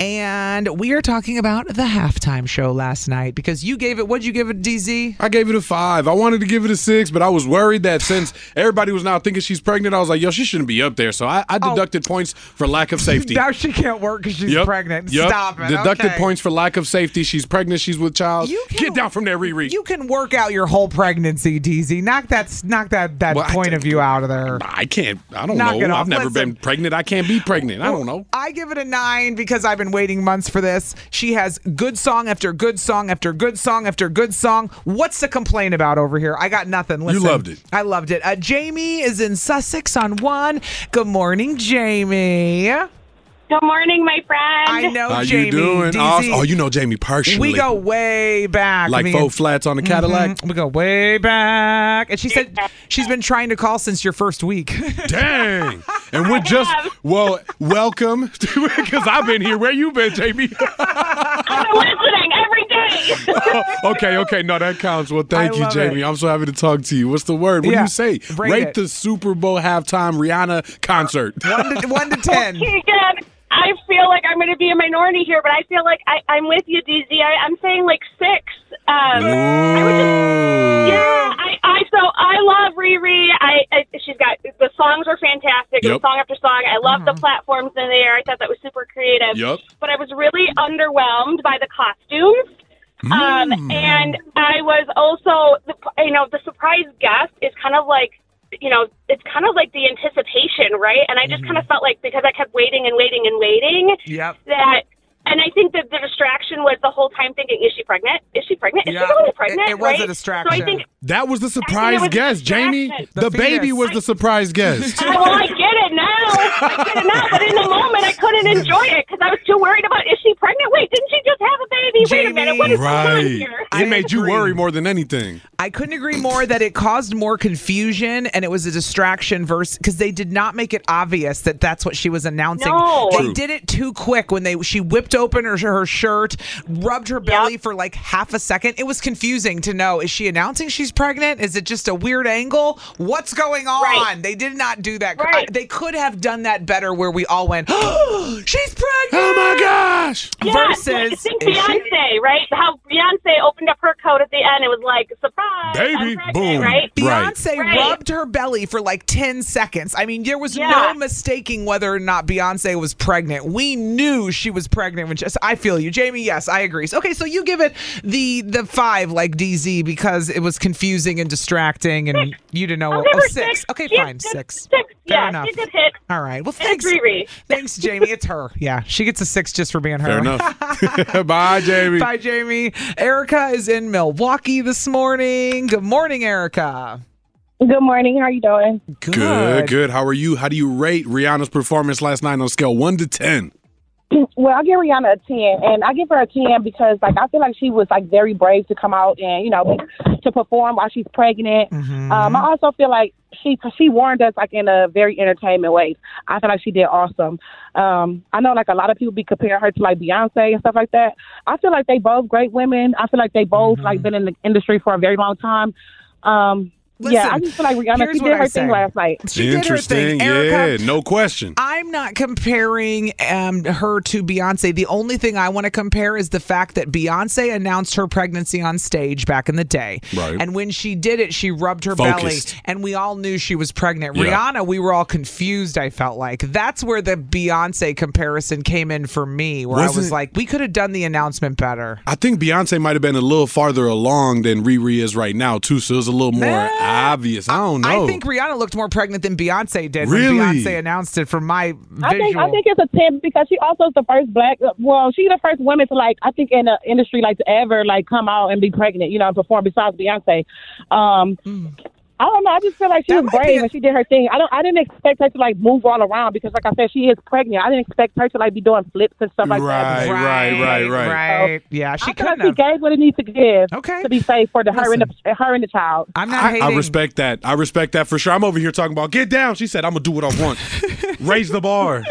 B: and we are talking about the halftime show last night because you gave it. What'd you give it, DZ?
C: I gave it a five. I wanted to give it a six, but I was worried that since everybody was now thinking she's pregnant, I was like, yo, she shouldn't be up there. So I, I deducted points for lack of safety.
B: Oh. Now she can't work because she's
C: Yep.
B: pregnant.
C: Yep.
B: Stop it.
C: Deducted
B: okay.
C: points for lack of safety. She's pregnant. She's with child. Get down from there, Riri.
B: You can work out your whole pregnancy, DZ. Knock that, knock that, that point of view out of there.
C: I can't. I don't
B: Knock it
C: know.
B: off.
C: I've never been pregnant. I can't be pregnant. I don't know.
B: I give it a nine because I've been waiting months for this. She has good song after good song after good song after good song. What's to complain about over here? I got nothing.
C: You
B: Listen,
C: loved it.
B: I loved it. Uh, Jamie is in Sussex on one. Good morning, Jamie.
Q: Good morning, my friend.
B: I know,
C: How
B: Jamie.
C: you doing?
B: DZ.
C: Awes- Oh, you know Jamie partially.
B: We go way back.
C: Like
B: me
C: faux
B: and-
C: flats on a Cadillac?
B: Mhm. We go way back. And she said she's been trying to call since your first week.
C: (laughs) Dang. And
Q: (laughs)
C: we're just well, welcome because I've been here. Where you been, Jamie?
Q: I'm listening every day.
C: okay, okay, no, that counts. Well, thank
Q: I
C: you,
Q: love
C: Jamie. I'm so happy to talk to you. What's the word? What
Q: Yeah,
C: do you say?
Q: rate
C: Rate
Q: it.
C: the Super Bowl halftime Rihanna concert.
B: Uh, One
Q: (laughs)
B: to, one to ten.
Q: Okay, good. I feel like I'm going to be a minority here, but I feel like I, I'm with you, DZ. I, I'm saying like six. Um, I would just, yeah, I, I so I love Riri, I, I she's got the songs are fantastic.
R: Yep.
Q: Song after song. I love
B: Uh-huh.
Q: the platforms in there. I thought that was super creative.
R: Yep.
Q: But I was really underwhelmed by the costumes.
C: Hmm.
Q: Um, and I was also, the, you know, the surprise guest is kind of like, you know, it's kind of like the anticipation, right? And I just
C: Mm-hmm.
Q: kind of felt like because I kept waiting and waiting and waiting,
B: Yep.
Q: that and I think that the distraction was the whole time thinking, is she pregnant? Is she pregnant? Is
C: Yeah.
Q: she really
C: It-
Q: pregnant?
C: it was a
Q: right? So I
C: distraction. (laughs)
Q: think,
C: That was the
Q: I
C: surprise
Q: think it was a
C: guest, Jamie.
Q: distraction.
C: The, baby was the surprise guest.
Q: oh, well, (laughs) I get it now. I get it now. But in the moment, I couldn't enjoy it because I was too worried about, is she pregnant? Wait, didn't she
C: (gasps)
Q: just have a baby? Wait a minute. What is going on
C: right.
Q: here?
C: It made you worry more than anything.
B: I couldn't agree more that it caused more confusion and it was a distraction versus because they did not make it obvious that that's what she was announcing.
R: No.
B: They
R: True.
B: did it too quick when they she whipped open her, her shirt, rubbed her belly for like half a second. It was confusing to know is she announcing she's pregnant? Is it just a weird angle? What's going on? They did not do that. I- they could have done that better where we all went, (gasps) she's pregnant. Oh
C: my gosh.
Q: Yeah,
B: Versus-
Q: think Beyonce, right? How Beyonce opened up her coat at the end. It was like surprise, I'm
B: Baby,
Q: pregnant,
B: boom.
Q: right?
B: Beyonce
Q: Right.
B: rubbed her belly for like 10 seconds. I mean, there was
Q: Yeah.
B: no mistaking whether or not Beyonce was pregnant. We knew she was pregnant when she, so I feel you. Jamie, yes, I agree. So, okay, so you give it the the 5 like DZ because it was confusing and distracting and you didn't know
Q: I'll
B: what
Q: give
B: oh,
Q: her
B: six.
Q: six.
B: Okay,
Q: She-
B: fine.
Q: six-
B: 6. Fair
Q: yeah,
B: enough.
Q: she did hit.
B: All right. Well,
Q: And
B: thanks.
Q: Riri.
B: Thanks, Jamie. It's her. Yeah, she gets a 6 just for being her.
C: Fair
B: (laughs)
C: enough. Bye, Jamie.
B: Bye, Jamie. Erica is in Milwaukee this morning. Good morning, Erica.
S: Good morning. How are you doing?
C: Good, good. How are you? How do you rate Rihanna's performance last night on a scale one to ten?
S: (clears throat) Well, I give Rihanna a ten, and I give her a ten because, like, I feel like she was like very brave to come out and you know to perform while she's pregnant. Um, I also feel like she she warned us like in a very entertainment way. I feel like she did awesome. Um, I know like a lot of people be comparing her to like Beyonce and stuff like that. I feel like they both great women. I feel like they both like been in the industry for a very long time. Um, yeah, I
B: Listen,
S: just feel like Rihanna
B: here's
S: she
B: what
S: did her
B: I
S: thing
B: say.
S: last night.
B: She did her thing,
C: Interesting.
B: Erica.
C: Yeah, no question.
B: I'm not comparing um, her to Beyonce. The only thing I want to compare is the fact that Beyonce announced her pregnancy on stage back in the day.
R: Right.
B: And when she did it, she rubbed her
R: Focused.
B: belly, and we all knew she was pregnant.
R: Yeah.
B: Rihanna, we were all confused, I felt like. That's where the Beyonce comparison came in for me, where I was
C: Wasn't-
B: like, we could have done the announcement better.
C: I think Beyonce might have been a little farther along than Riri is right now too, so it's a little more obvious. I don't know.
B: I think Rihanna looked more pregnant than Beyonce did
C: Oh. Really?
B: when Beyonce announced it from my visual.
S: I think I think it's a ten because she also is the first black. Well, she's the first woman to like I think in the industry like to ever like come out and be pregnant, you know, and perform besides Beyonce. Um,
C: Hmm.
S: I don't know. I just feel like she was brave and she did her thing. I don't. I didn't expect her to like move all around because, like I said, she is pregnant. I didn't expect her to like be doing flips and stuff like
C: Right,
S: that.
C: right, right, right.
B: right. Yeah,
S: she could She gave what it needs to give. Okay. To be safe for the her and the her and the child.
B: I'm
C: I, I respect that. I respect that for sure. I'm over here talking about get down. She said, I'm gonna do what I
B: (laughs)
C: want. Raise the bar.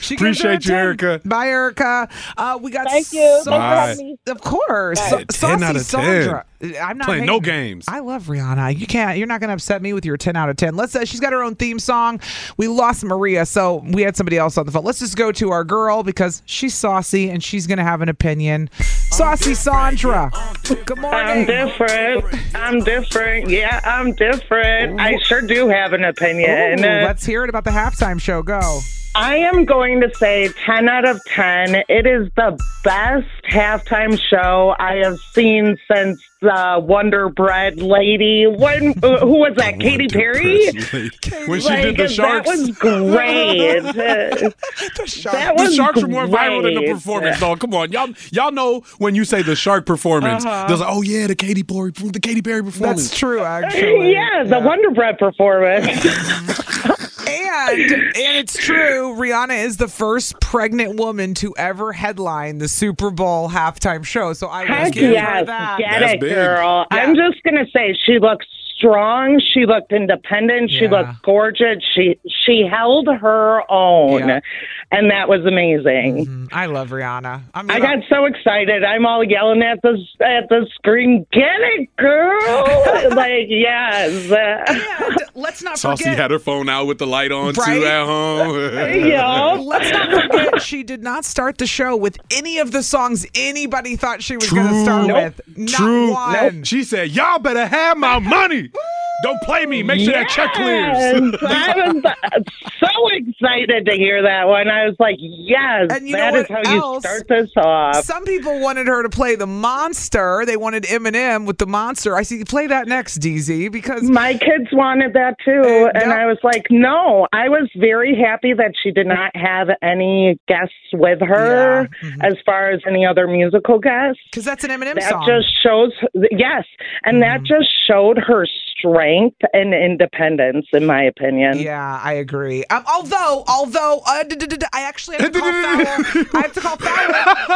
B: She gives her a
C: Appreciate you,
B: 10.
C: Erica.
B: Bye, Erica. Uh, we got
S: Thank you.
C: Thanks
B: So
C: for having
S: me.
B: Of course.
C: Bye.
B: So-
C: Yeah, 10 out
B: Saucy
C: of 10.
B: Sandra. I'm not
C: Playing no
B: hating.
C: games.
B: I love Rihanna. You can't. You're not going to upset me with your 10 out of 10. Let's. Uh, she's got her own theme song. We lost Maria, so we had somebody else on the phone. Let's just go to our girl because she's saucy and she's going to have an opinion. Saucy Sandra. Good
T: I'm
B: morning.
T: different. I'm different. Yeah, I'm different. I sure do have an opinion. uh,
B: Ooh, let's hear it about the halftime show. Go.
T: I am going to say 10 out of 10. It is the best halftime show I have seen since the Wonder Bread lady. When, uh, who was that? Katy Perry?
C: when she did
T: Like,
C: the
T: That
C: sharks.
T: was great. (laughs)
B: (laughs)
T: That
C: (laughs) the
T: was
C: sharks were more viral than the
T: great.
C: performance, dog. Come on, y'all, y'all know when you say the shark performance,
T: Uh-huh.
C: there's like, oh yeah, the Katy Perry, the Katy Perry performance.
T: (laughs)
B: true,
T: yeah, the Wonder Bread performance.
B: And and it's true. Rihanna is the first pregnant woman to ever headline the Super Bowl halftime show. So I was
T: Heck
B: give
T: yes,
B: her that.
T: get it, girl. I'm just gonna say she looked strong. She looked independent. She looked gorgeous. She she held her own, and that was amazing.
B: Mm-hmm. I love Rihanna. I, mean,
T: I got so excited. I'm all yelling at the at the screen. Get it,
B: (laughs)
T: girl! like yes.
B: Let's not
C: Saucy had her phone out with the light on
T: Right?
C: too at home.
B: (laughs) Let's not forget she did not start the show with any of the songs anybody thought she was going to start with. Not
C: True.
B: one.
C: She said, "Y'all better have my money." Don't play me. Make sure that check clears.
T: Yes, I was uh, so excited to hear that one. I was like, yes, that
B: And
T: is
B: you know
T: how
B: what
T: you
B: else?
T: start this off.
B: Some people wanted her to play the monster. They wanted Eminem with the monster. I see. Play that next, DZ, because
T: my kids wanted that too, and I was like, "No!" I was very happy that she did not have any guests with her, as far as any other musical guests.
B: Because mm-hmm. that's an Eminem
T: that
B: song. Mm-hmm.
T: just shows, yes, and that just showed her strength and independence, in my opinion.
B: Yeah, I agree. Um, although, although, uh, d- d- d- d- I actually
C: (laughs)
B: have to call foul. I have to call foul.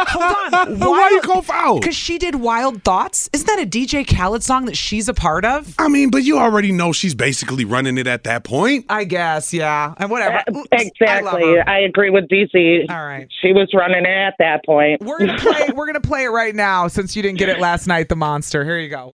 B: Hold on.
C: Why you call foul?
B: Because she did Wild Thoughts. Isn't that a DJ Khaled song that she's a part of?
C: I mean, but you already know she's basically running it at that point.
B: I guess, yeah. And whatever.
T: Uh, Exactly. I, agree with DC.
B: All right.
T: She was running it at that point.
B: We're gonna play. We're gonna play it right now since you didn't get it last night. The monster. Here you go.